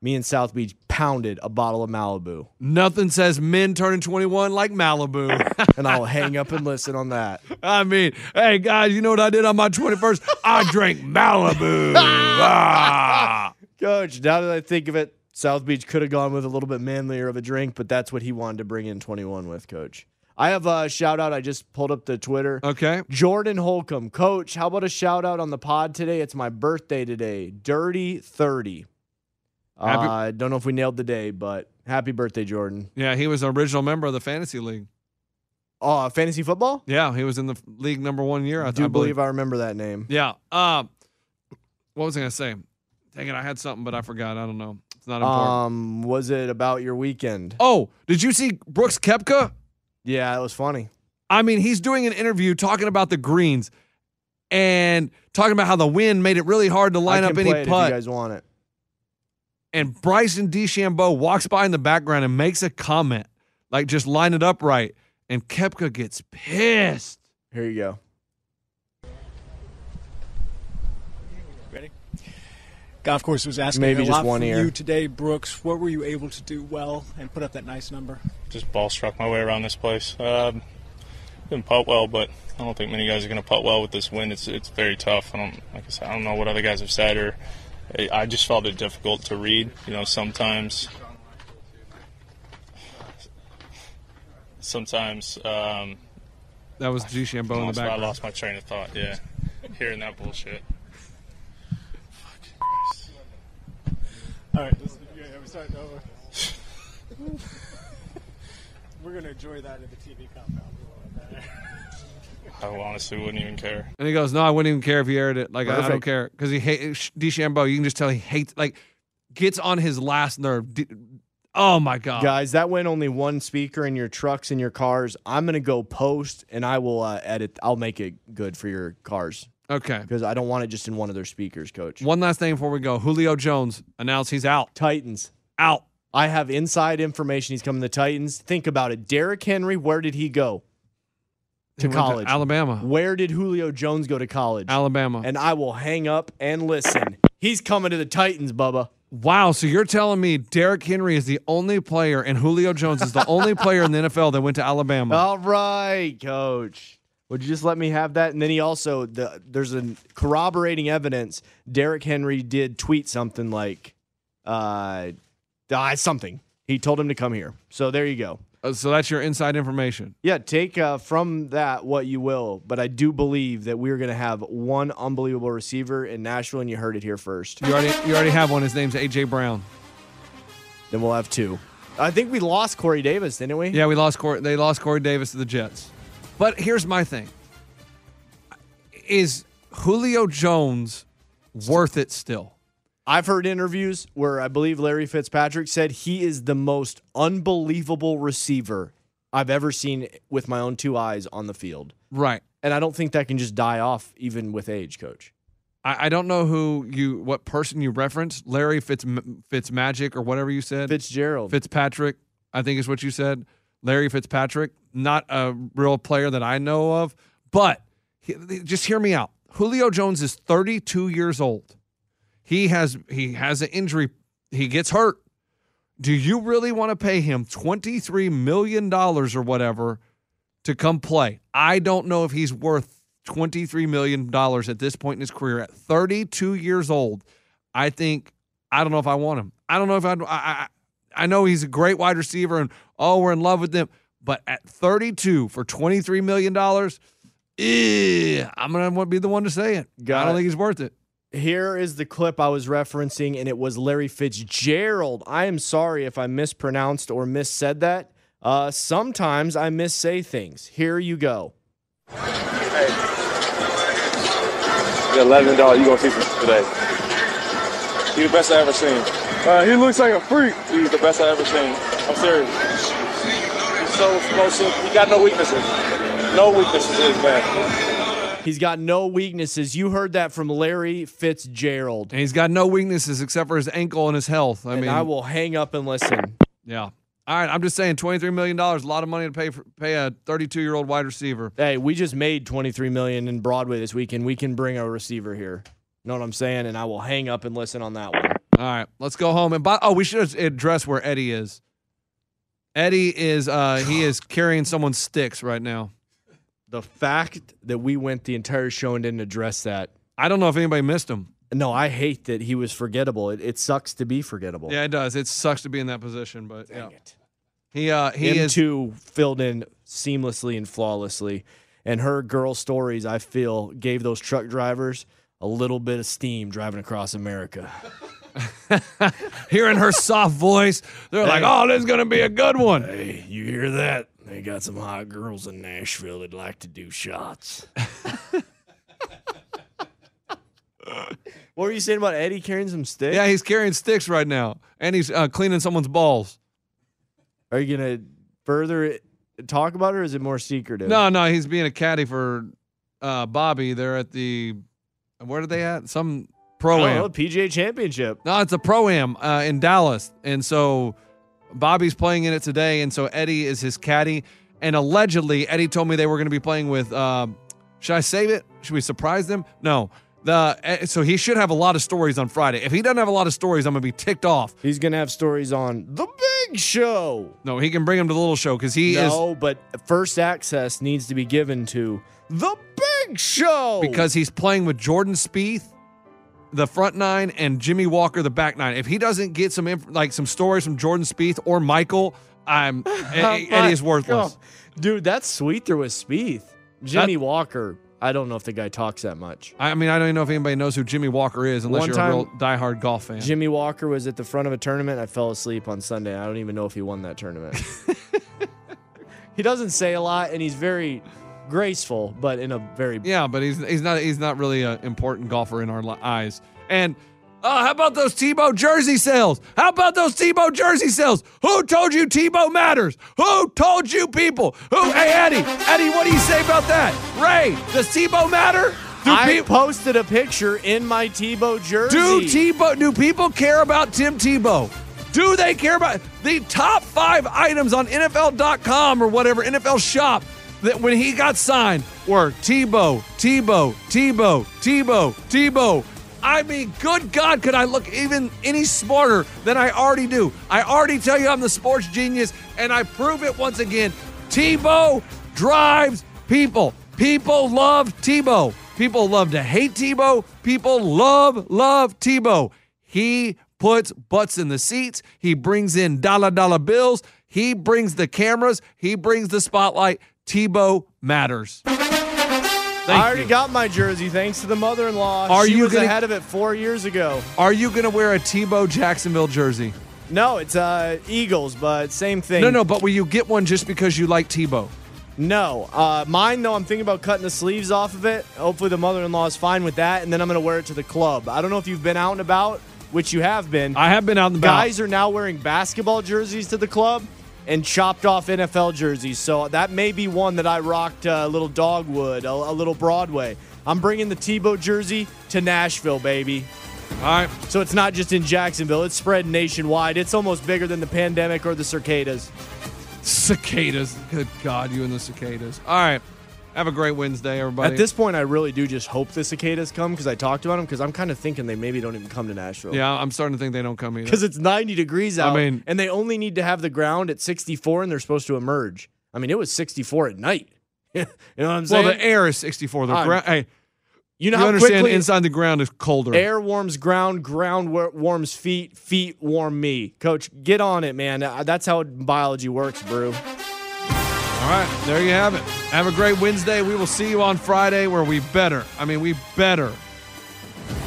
me and South Beach pounded a bottle of Malibu.
Nothing says men turning 21 like Malibu.
and I'll hang up and listen on that.
I mean, hey guys, you know what I did on my 21st? I drank Malibu. Ah.
Coach, now that I think of it, South Beach could have gone with a little bit manlier of a drink, but that's what he wanted to bring in 21 with, coach. I have a shout out. I just pulled up the Twitter.
Okay.
Jordan Holcomb, coach, how about a shout out on the pod today? It's my birthday today. Dirty 30.
Happy-
I don't know if we nailed the day, but happy birthday, Jordan.
Yeah, he was an original member of the fantasy league.
Oh, fantasy football?
Yeah, he was in the f- league number one year. I,
I
th-
do
I
believe I remember that name.
Yeah. Um, what was I gonna say? Dang it, I had something, but I forgot. I don't know. It's not important.
Um, was it about your weekend?
oh, did you see Brooks Kepka?
Yeah, it was funny.
I mean, he's doing an interview talking about the greens and talking about how the wind made it really hard to line
I
up
can
any
play it
putt.
If you guys want it?
and Bryson DeChambeau walks by in the background and makes a comment, like just line it up right. And Kepka gets pissed.
Here you go.
Golf course was asking
Maybe
a
just
lot
one
from
ear.
you today, Brooks. What were you able to do well and put up that nice number?
just ball struck my way around this place. Um, didn't putt well, but I don't think many guys are going to putt well with this wind. It's it's very tough. I don't like I said. I don't know what other guys have said, or I- I just found it difficult to read. You know, sometimes, sometimes. Um,
That was DeChambeau in the
lost- I
background.
lost my train of thought. Yeah, hearing that bullshit.
All right, this, yeah, we're starting over. we're going to enjoy that in the TV compound.
I honestly wouldn't even care.
And he goes, "No, I wouldn't even care if he aired it. Like I, I don't
Perfect.
care because he hates DeChambeau. You can just tell he hates. Like gets on his last nerve. D- oh my god,
Guys, that went only one speaker in your trucks and your cars. I'm gonna go post, and I will uh, edit. I'll make it good for your cars.
Okay.
Because I don't want it just in one of their speakers, Coach.
One last thing before we go. Julio Jones announced he's out.
Titans
out.
I have inside information. He's coming to Titans. Think about it. Derrick Henry, where did he go?
He
To
went to
college,
Alabama.
Where did Julio Jones go to college?
Alabama.
And I will hang up and listen. He's coming to the Titans, Bubba.
Wow, so you're telling me Derrick Henry is the only player and Julio Jones is the only player in the NFL that went to Alabama?
All right, coach. Would you just let me have that? And then he also the there's a corroborating evidence. Derrick Henry did tweet something like, uh, uh something. He told him to come here. So there you go.
Uh, so that's your inside information.
Yeah, take uh, from that what you will, but I do believe that we're going to have one unbelievable receiver in Nashville, and you heard it here first.
You already you already have one. His name's AJ Brown.
Then we'll have two. I think we lost Corey Davis, didn't we?
Yeah, we lost Corey, they lost Corey Davis to the Jets. But here's my thing. Is Julio Jones worth it still?
I've heard interviews where I believe Larry Fitzpatrick said he is the most unbelievable receiver I've ever seen with my own two eyes on the field.
Right.
And I don't think that can just die off even with age, coach.
I, I don't know who you what person you referenced. Larry Fitz Fitzmagic or whatever you said.
Fitzgerald.
Fitzpatrick, I think is what you said. Larry Fitzpatrick, not a real player that I know of, but he- just hear me out. Julio Jones is 32 years old. He has he has an injury. He gets hurt. Do you really want to pay him 23 million dollars or whatever to come play. I don't know if he's worth $23 million at this point in his career. At 32 years old, I think, I don't know if I want him. I don't know if I'd, I, I, I know he's a great wide receiver and, oh, we're in love with him. But at 32 for $23 million, eh, I'm going to be the one to say it.
Got
I don't
it.
think he's worth it.
Here is the clip I was referencing, and it was Larry Fitzgerald. I am sorry if I mispronounced or missaid that. Uh, sometimes I missay things. Here you go.
The 11 dog you gonna see from today. He the best I ever seen. Uh, he looks like a freak. He's the best I ever seen. I'm serious. He's so explosive. He got no weaknesses. No weaknesses in his man.
He's got no weaknesses. You heard that from Larry Fitzgerald.
And he's got no weaknesses except for his ankle and his health. I
And
mean,
I will hang up and listen.
Yeah. All right, I'm just saying, twenty-three million dollars, a lot of money to pay for, pay a thirty-two-year-old wide receiver.
Hey, we just made 23 million in Broadway this weekend. We can bring a receiver here. Know what I'm saying? And I will hang up and listen on that one.
All right, let's go home and buy. Oh, we should address where Eddie is. Eddie is uh he is carrying someone's sticks right now.
The fact that we went the entire show and didn't address that.
I don't know if anybody missed him.
No, I hate that he was forgettable. It, it sucks to be forgettable.
Yeah, it does. It sucks to be in that position, but yeah. He uh he
Him
is
too filled in seamlessly and flawlessly. And her girl stories, I feel, gave those truck drivers a little bit of steam driving across America.
hearing her soft voice. They're like, "Oh, this is gonna be a good one."
Hey, you hear that? They got some hot girls in Nashville that like to do shots. what were you saying about Eddie carrying some sticks?
Yeah, he's carrying sticks right now, and he's uh, cleaning someone's balls.
Are you gonna further it- talk about it, or is it more secretive?
No, no, he's being a caddy for uh, Bobby. They're at the where are they at? Some pro
I don't know,
am.
PGA Championship.
No, it's a pro am uh, in Dallas, and so Bobby's playing in it today, and so Eddie is his caddy. And allegedly, Eddie told me they were going to be playing with. Uh, should I save it? Should we surprise them? No. The eh, so he should have a lot of stories on Friday. If he doesn't have a lot of stories, I'm going to be ticked off.
He's going to have stories on the big show.
No, he can bring him to the little show because he is
no, but first access needs to be given to the big show
because he's playing with Jordan Spieth, the front nine, and Jimmy Walker, the back nine. If he doesn't get some inf- like some stories from Jordan Spieth or Michael, I'm E- E- Eddie is worthless.
Oh Dude, that's sweet there with Spieth. Jimmy Walker. I don't know if the guy talks that much.
I I mean, I don't even know if anybody knows who Jimmy Walker is unless
One
you're
time-
a real diehard golf fan.
Jimmy Walker was at the front of a tournament. I fell asleep on Sunday. I don't even know if he won that tournament. he doesn't say a lot, and he's very graceful, but in a very
yeah, but he's he's not he's not really an important golfer in our li- eyes. And uh, how about those Tebow jersey sales? How about those Tebow jersey sales? Who told you Tebow matters? Who told you people? Who? Hey, Eddie, Eddie, what do you say about that? Ray, does Tebow matter? Do
I
peop-
posted a picture in my Tebow jersey.
Do Tebow? Do people care about Tim Tebow? Do they care about the top five items on NFL.com or whatever NFL shop that when he got signed were Tebow, Tebow, Tebow, Tebow, Tebow? I mean, good God, could I look even any smarter than I already do? I already tell you I'm the sports genius, and I prove it once again. Tebow drives people. People love Tebow. People love to hate Tebow. People love, love Tebow. He puts butts in the seats. He brings in dollar dollar bills. He brings the cameras. He brings the spotlight. Tebow matters. Thank
I already
you.
got my jersey thanks to the mother-in-law.
Are
she
you
was
gonna-
ahead of it four years ago.
Are you going to wear a Tebow Jacksonville jersey?
No, it's uh, Eagles, but same thing.
No, no, but will you get one just because you like Tebow?
No, uh, mine though. I'm thinking about cutting the sleeves off of it. Hopefully, the mother-in-law is fine with that, and then I'm going to wear it to the club. I don't know if you've been out and about, which you have been.
I have been out and about.
Guys are now wearing basketball jerseys to the club and chopped off NFL jerseys. So that may be one that I rocked uh, a little Dogwood, a, a little Broadway. I'm bringing the Tebow jersey to Nashville, baby.
All right.
So it's not just in Jacksonville; it's spread nationwide. It's almost bigger than the pandemic or the cicadas.
Cicadas. Good God, you and the cicadas. All right. Have a great Wednesday, everybody.
At this point, I really do just hope the cicadas come because I talked about them because I'm kind of thinking they maybe don't even come to Nashville.
yeah, I'm starting to think they don't come either.
Because it's 90 degrees
I
out.
mean-
and they only need to have the ground at 64 and they're supposed to emerge. I mean, it was 64 at night. you know what I'm
well,
saying?
the air is 64. The
I'm-
ground. Hey,
you know
you
how
understand
quickly
inside the ground is colder.
air warms ground, ground wa- warms feet, feet warm me. Coach, get on it, man. Uh, That's how biology works, brew.
All right, there you have it. Have a great Wednesday. We will see you on Friday where we better, I mean, we better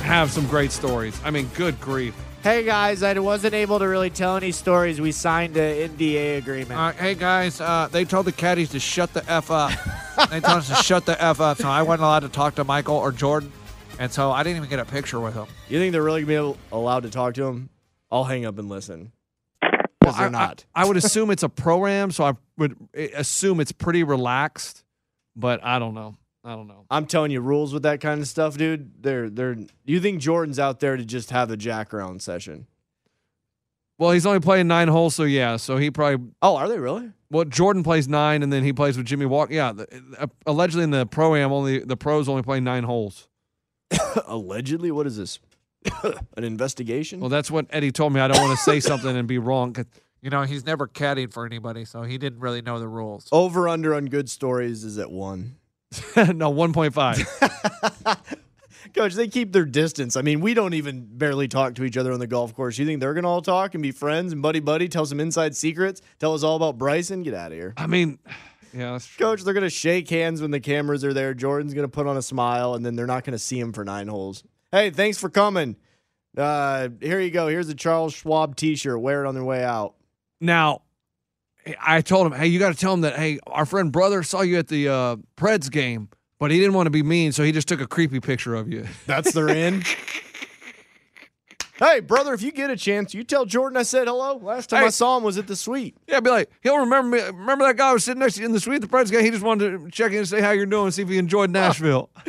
have some great stories. I mean, good grief.
Hey guys, I wasn't able to really tell any stories. We signed an NDA agreement.
Uh, hey guys, uh, they told the caddies to shut the f up. they told us to shut the f up, so I wasn't allowed to talk to Michael or Jordan, and so I didn't even get a picture with them.
You think they're really gonna be able- allowed to talk to him? I'll hang up and listen. Because they're not.
I would assume it's a program, so I would eh, assume it's pretty relaxed, but I don't know. I don't know.
I'm telling you, rules with that kind of stuff, dude. They're they're. You think Jordan's out there to just have the jack round session?
Well, he's only playing nine holes, so yeah, so he probably.
Oh, are they really?
Well, Jordan plays nine, and then he plays with Jimmy Walker. Yeah, the, uh, allegedly in the pro am, only the pros only play nine holes.
Allegedly, what is this? An investigation?
Well, that's what Eddie told me. I don't want to say something and be wrong. 'cause, you know, he's never caddied for anybody, so he didn't really know the rules.
Over under on good stories is at one.
no, one point five.
Coach, they keep their distance. I mean, we don't even barely talk to each other on the golf course. You think they're gonna all talk and be friends and buddy buddy? Tell some inside secrets. Tell us all about Bryson. Get out of here.
I mean, yeah, that's
Coach, they're gonna shake hands when the cameras are there. Jordan's gonna put on a smile, and then they're not gonna see him for nine holes. Hey, thanks for coming. Uh, here you go. Here's a Charles Schwab T-shirt. Wear it on their way out.
Now, I told him, hey, you got to tell him that, hey, our friend brother saw you at the uh, Preds game, but he didn't want to be mean, so he just took a creepy picture of you.
That's their end. Hey, brother, if you get a chance, you tell Jordan I said hello. Last time I
Hey.
saw him was at the suite.
Yeah, be like, he'll remember me. Remember that guy who was sitting next to you in the suite, at the Preds game? He just wanted to check in and say how you're doing, see if he enjoyed Nashville.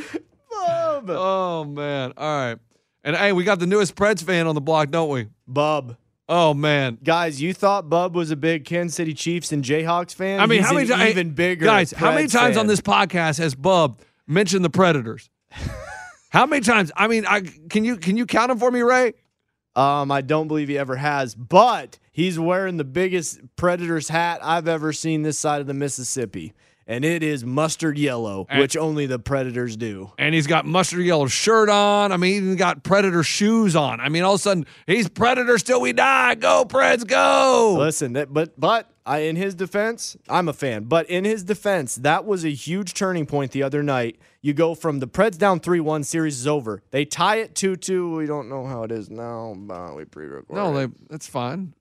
Bub.
oh, man. All right. And hey, we got the newest Preds fan on the block, don't we?
Bub.
Oh, man.
Guys, you thought Bub was a big Kansas City Chiefs and Jayhawks fan?
I mean,
He's
how many
an
times?
even bigger
guys? How many
Preds
times
fan.
on this podcast has Bub mentioned the Predators? how many times? I mean, I can you can you count them for me, Ray?
Um, I don't believe he ever has, but he's wearing the biggest Predators hat I've ever seen this side of the Mississippi, and it is mustard yellow,
And-
which only the Predators do.
And he's got mustard yellow shirt on. I mean, he even got Predator shoes on. I mean, all of a sudden, he's Predators till we die. Go Preds, go!
Listen, that but but I in his defense, I'm a fan. But in his defense, that was a huge turning point the other night. You go from the Preds down three one, series is over. They tie it two two. We don't know how it is now. But we pre-recorded.
No, they, that's fine.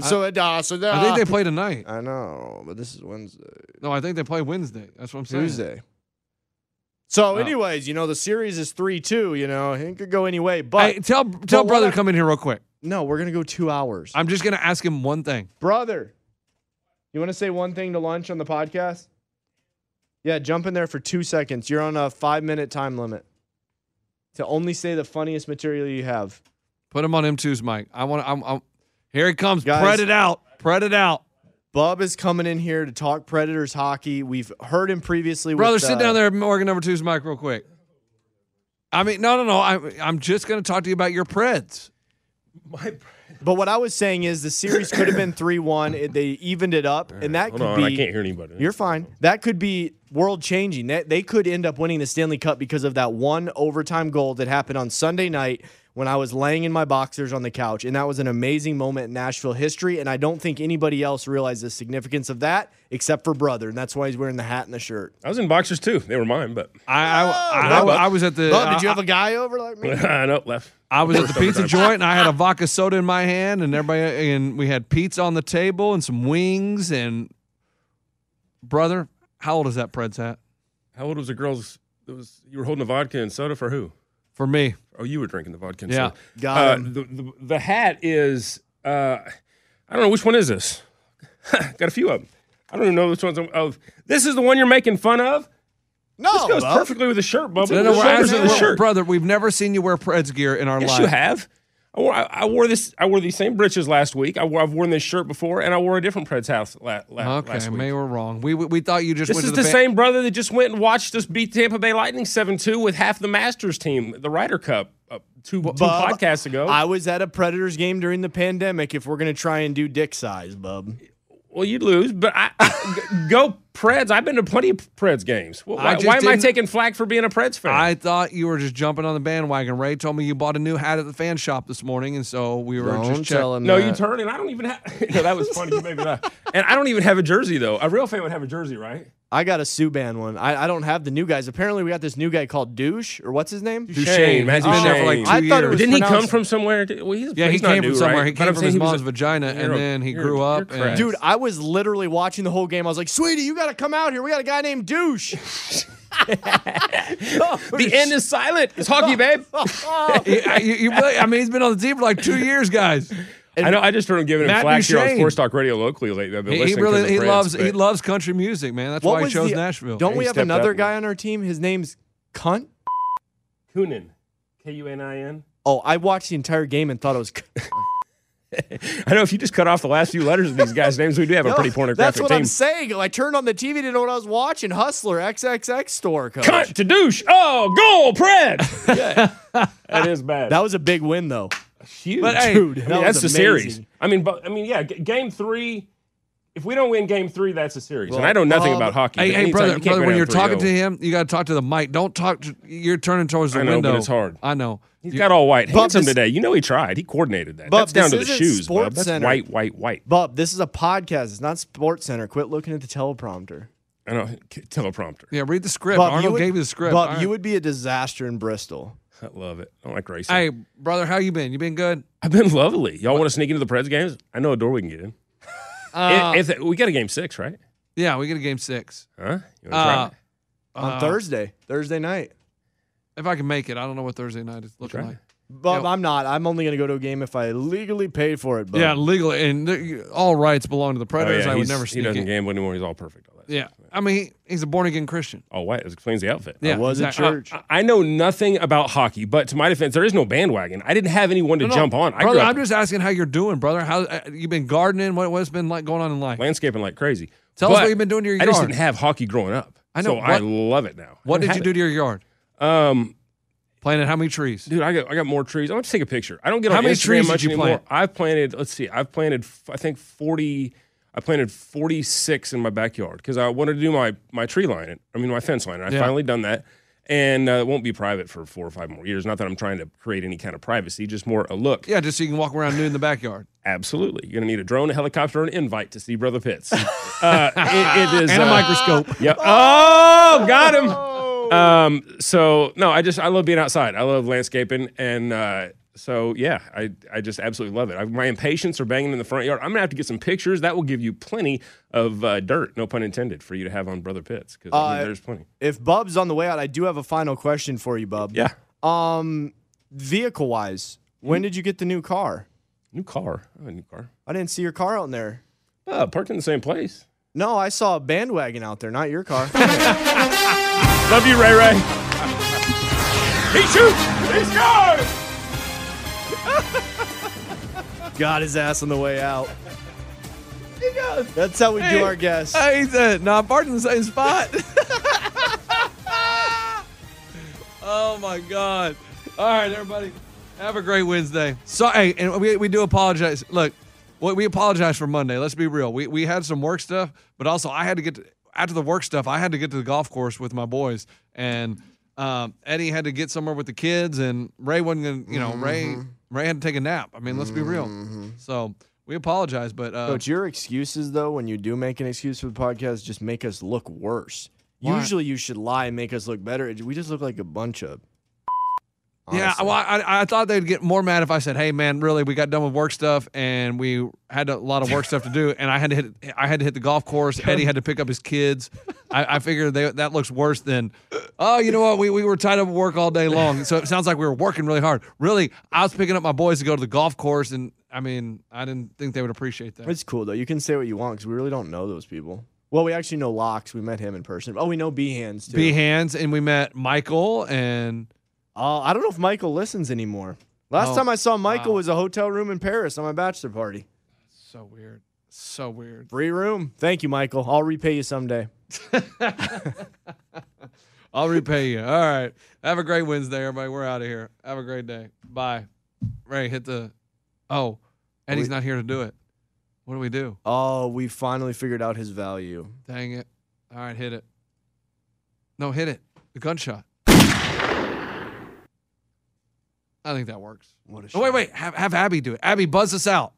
so it uh, so
I think they play tonight.
I know, but this is Wednesday,
No, I think they play Wednesday. That's what I'm saying. Oh.
Tuesday. So,
Wow.
anyways, you know the series is three two. You know it could go any way. But
Hey, tell
but
tell
what
brother
I-
to come in here real quick.
No, we're gonna go two hours,
I'm just gonna ask him one thing.
brother. You want to say one thing to lunch on the podcast? Yeah, jump in there for two seconds. You're on a five minute time limit to only say the funniest material you have.
Put him on M2's mic. I want. I'm, I'm. Here he comes.
Guys-
Pred it out. Pred it out.
Bub is coming in here to talk Predators hockey. We've heard him previously.
Brother,
with,
sit
uh,
down there, at Morgan number two's mic, real quick. I mean, no, no, no. I'm, I'm just going to talk to you about your Preds.
But what I was saying is the series could have been 3 1. They evened it up, and that
Hold
could
on,
be.
I can't hear anybody.
You're fine. That could be world changing. That They could end up winning the Stanley Cup because of that one overtime goal that happened on Sunday night when I was laying in my boxers on the couch. And that was an amazing moment in Nashville history. And I don't think anybody else realized the significance of that except for Brother. And that's why he's wearing the hat and the shirt.
I was in boxers too. They were mine, but
I Oh, I, I,
Bub.
I was at the.
Bub, Oh. did you
I-
have a guy over like me?
I know left.
I was at the
First
pizza
overtime.
joint and I had a vodka soda in my hand and everybody and we had pizza on the table and some wings and brother, how old is that Preds hat?
How old was the girl's? It was you were holding a vodka and soda for who?
For me.
Oh, you were drinking the vodka. And
Yeah.
soda.
Got
Uh,
him.
the, the the hat is. Uh, I don't know which one is this. Got a few of them. I don't even know which ones. I'm- Of this is the one you're making fun of.
No,
this goes
Bub.
perfectly with the shirt, Bubba.
No, no,
The
we're
shoulders
asking-
of the
we're-
shirt.
brother, we've never seen you wear Preds gear in our
Yes,
life.
you have. I wore, I, I wore this. I wore these same breeches last week. I wore, I've worn this shirt before, and I wore a different Pred's house la, la,
Okay,
last week.
maybe we're wrong. We, we we thought you just
This
went
is
to
the,
the, fan-
same brother that just went and watched us beat Tampa Bay Lightning seven two with half the Masters team, the Ryder Cup, uh, two, two
Bub,
podcasts ago.
I was at a Predators game during the pandemic. If we're gonna try and do dick size, bub,
well, you'd lose, but I g- go Preds. I've been to plenty of Preds games. Wh-
I
Why,
just
why am I
didn't-
taking flack for being a Preds fan?
I thought you were just jumping on the bandwagon. Ray told me you bought a new hat at the fan shop this morning, and so we were just checking.
No, you turned, and I don't even have. no, that was funny. You made me laugh. And I don't even have a jersey though. A real fan would have a jersey, right?
I got a Subban one. I, I don't have the new guys. Apparently, we got this new guy called Douche, or what's his name?
Duchesne. Matt
Oh,
Duchesne.
I thought it was
Didn't he come
pronounced-
from somewhere? Did- Well, he's,
Yeah, he
he's not
came
new,
from somewhere.
right?
He
But
came
I'm
from
saying
his
he was
mom's
a-
vagina, and
you're a-
then he
you're-
grew up
you're
and-
Dude, I was literally watching the whole game. I was like, "Sweetie, you got to come out here. We got a guy named Douche."
the end is silent. It's hockey, babe.
Yeah, you- you really- I mean, he's been on the team for like two years, guys.
I know. I just heard him giving him
Matt
flack here on
Duchesne.
Sports Talk Radio locally lately. I've been
He, he
listening to
really
the
he
friends,
loves he
but-
loves country music, man. That's
What
why he
was
chose
the-
Nashville.
Don't we
He
have
stepped
another
up.
guy on our team? His name's Cunt.
Kunin. K U N I N.
Oh, I watched the entire game and thought it was. c-
I know if you just cut off the last few letters of these guys' names, we do have a
No,
pretty
That's
pornographic
what
team.
I'm saying. I turned on the TV, didn't know what I was watching. Hustler XXX store coach.
Cunt to douche. Oh, goal, Pred. that is bad.
That was a big win though.
huge.
But, hey, Dude,
I mean,
that
that's the
was
series.
amazing.
I mean, but, I mean, yeah, g- game three. If we don't win game three, that's a series.
Well,
and I know nothing
Bob-
about hockey.
Hey,
but
hey,
anytime-
brother,
you can't
brother
go
when
down
you're talking
3-0.
to him, you got to talk to the mic. Don't talk. To, you're turning towards the
I know,
window.
but it's hard.
I know.
He's got all white.
Bub,
Handsome
this-
today. You know he tried. He coordinated that.
Bub,
that's down to the
this isn't
shoes, bub.
Sports
That's
Center.
white, white, white.
Bub, this is a podcast. It's not Sports Center. Quit looking at the teleprompter.
I know. K- Teleprompter.
Yeah, read the script.
Bub,
Arnold
would-
gave you the script.
Bub,
All
you
right.
would be a disaster in Bristol.
I love it. I don't like racing.
Hey, brother, how you been? You been good?
I've been lovely. Y'all want to sneak into the Preds games? I know a door we can get in.
Uh,
if, if- we got a game six, right?
yeah, we get a game six.
Huh? You wanna try
Uh,
it?
On
uh,
Thursday, Thursday night.
if I can make it, I don't know what Thursday night is looking
Try it.
like.
Bub, I'm not. I'm only going to go to a game if I legally pay for it, Bub.
Yeah, legally, and th- all rights belong to the
Oh,
Predators.
yeah,
I would
he's-
never
He
sneak
doesn't
in.
gamble anymore. He's all perfect. All that. Oh,
Yeah, I mean, he, he's a born again Christian.
All white. That explains the outfit.
Yeah,
was at
exactly.
church.
I I know nothing about hockey, but to my defense, there is no bandwagon. I didn't have anyone to
No, no,
jump on. I
brother,
grew up
I'm just asking how you're doing, brother. How uh, you been gardening? What what's been like going on in life?
landscaping like crazy.
Tell us what
But
you've been doing to your
I just
yard.
didn't have hockey growing up.
I know.
So I
What-
love it now.
What
I
did
don't
you
have
do to your yard?
it. Um,
Planted how many trees?
dude, I got I got more trees. I'm gonna take a picture. I don't get
How
on
many
Instagram
trees did
much
you
anymore.
plant?
I've planted. Let's see. I've planted. f- I think 40. I planted 46 in my backyard because I wanted to do my my tree line. I mean my fence line. I
Yeah.
finally done that. And uh, it won't be private for four or five more years. Not that I'm trying to create any kind of privacy, just more a look.
Yeah, just so you can walk around nude in the backyard.
Absolutely. You're going to need a drone, a helicopter, and an invite to see Brother Pitts. uh, it, it is,
And a
uh,
microscope.
Yep. Oh, got him. Um, so, no, I just, I love being outside. I love landscaping. And uh, so, yeah, I, I just absolutely love it. I, my impatience are banging in the front yard. I'm going to have to get some pictures. That will give you plenty of uh, dirt, no pun intended, for you to have on Brother Pitts because I
Uh,
mean, there's plenty.
If Bub's on the way out, I do have a final question for you, Bub.
Yeah.
Um, vehicle wise, when did you get the new car?
New car. I have a new car.
I didn't see your car out there.
Oh, parked in the same place.
No, I saw a bandwagon out there, not your car.
Love you, Ray Ray. he shoots. He's gone.
Got his ass on the way out. That's how we do our guests.
Hey, he's uh, not parked in the same spot. oh my god! All right, everybody, have a great Wednesday. So, hey, and we, we do apologize. Look, we, we apologize for Monday. Let's be real. We we had some work stuff, but also I had to get to, after the work stuff. I had to get to the golf course with my boys, and um, Eddie had to get somewhere with the kids, and Ray wasn't gonna. You know, Ray Ray had to take a nap. I mean, let's be real. So. We apologize, but uh,
Coach, your excuses though, when you do make an excuse for the podcast, just make us look worse.
Why?
Usually, you should lie and make us look better. We just look like a bunch of.
Yeah,
honestly.
well, I, I thought they'd get more mad if I said, "Hey, man, really, we got done with work stuff, and we had a lot of work stuff to do, and I had to hit, I had to hit the golf course. Eddie had to pick up his kids. I, I figured they, that looks worse than, oh, you know what? We, we were tied up with work all day long, so it sounds like we were working really hard. Really, I was picking up my boys to go to the golf course, and I mean, I didn't think they would appreciate that.
It's cool though. You can say what you want because we really don't know those people. Well, we actually know Locks. We met him in person. Oh, we know Behands too.
B hands, and we met Michael, and
Uh, I don't know if Michael listens anymore. Last
Oh,
time I saw Michael
wow.
was a hotel room in Paris on my bachelor party.
so weird, so weird.
Free room. Thank you, Michael. I'll repay you someday.
I'll repay you. All right. Have a great Wednesday, everybody. We're out of here. Have a great day. Bye. Ray, hit the. Oh, Eddie's not here to do it. What do we do?
Oh, we finally figured out his value.
Dang it. All right, hit it. No, hit it. The gunshot. I think that works.
What a
Oh, wait, wait. Have, have Abby do it. Abby, buzz us out.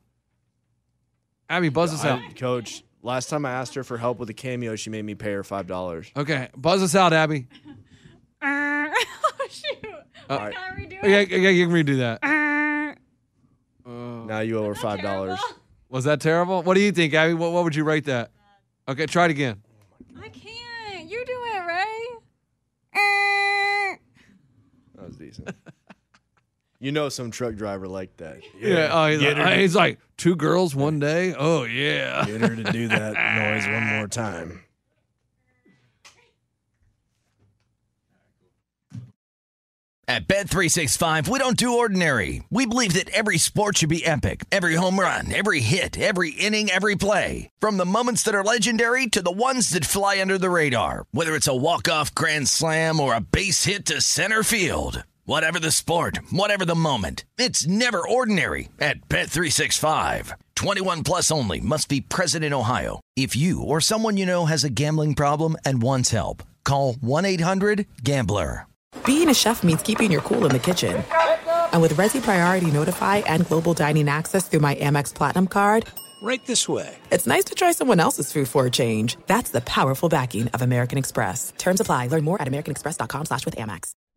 Abby, buzz us out.
I- Coach, Last time I asked her for help with a cameo, she made me pay her five dollars.
Okay, buzz us out, Abby.
oh, shoot.
Uh,
Can I redo
yeah, yeah, you can redo that.
it?
now you owe her five dollars.
Was that terrible? What do you think, Abby? What, what would you rate that? Okay, try it again.
I can't. You do it, Ray.
That was decent. you know, some truck driver liked that.
Yeah. oh, he's,
Get
like,
her to-
he's like, two girls, one day. Oh yeah.
Get her to do that noise one more time.
At Bet365, we don't do ordinary. We believe that every sport should be epic. Every home run, every hit, every inning, every play. From the moments that are legendary to the ones that fly under the radar. Whether it's a walk-off grand slam or a base hit to center field. Whatever the sport, whatever the moment, it's never ordinary at Bet365. 21 plus only must be present in Ohio. If you or someone you know has a gambling problem and wants help, call 1-800-GAMBLER.
Being a chef means keeping your cool in the kitchen. And with Resi Priority Notify and Global Dining Access through my Amex Platinum card,
Right this way.
it's nice to try someone else's food for a change. That's the powerful backing of American Express. Terms apply. Learn more at americanexpress.com slash with Amex.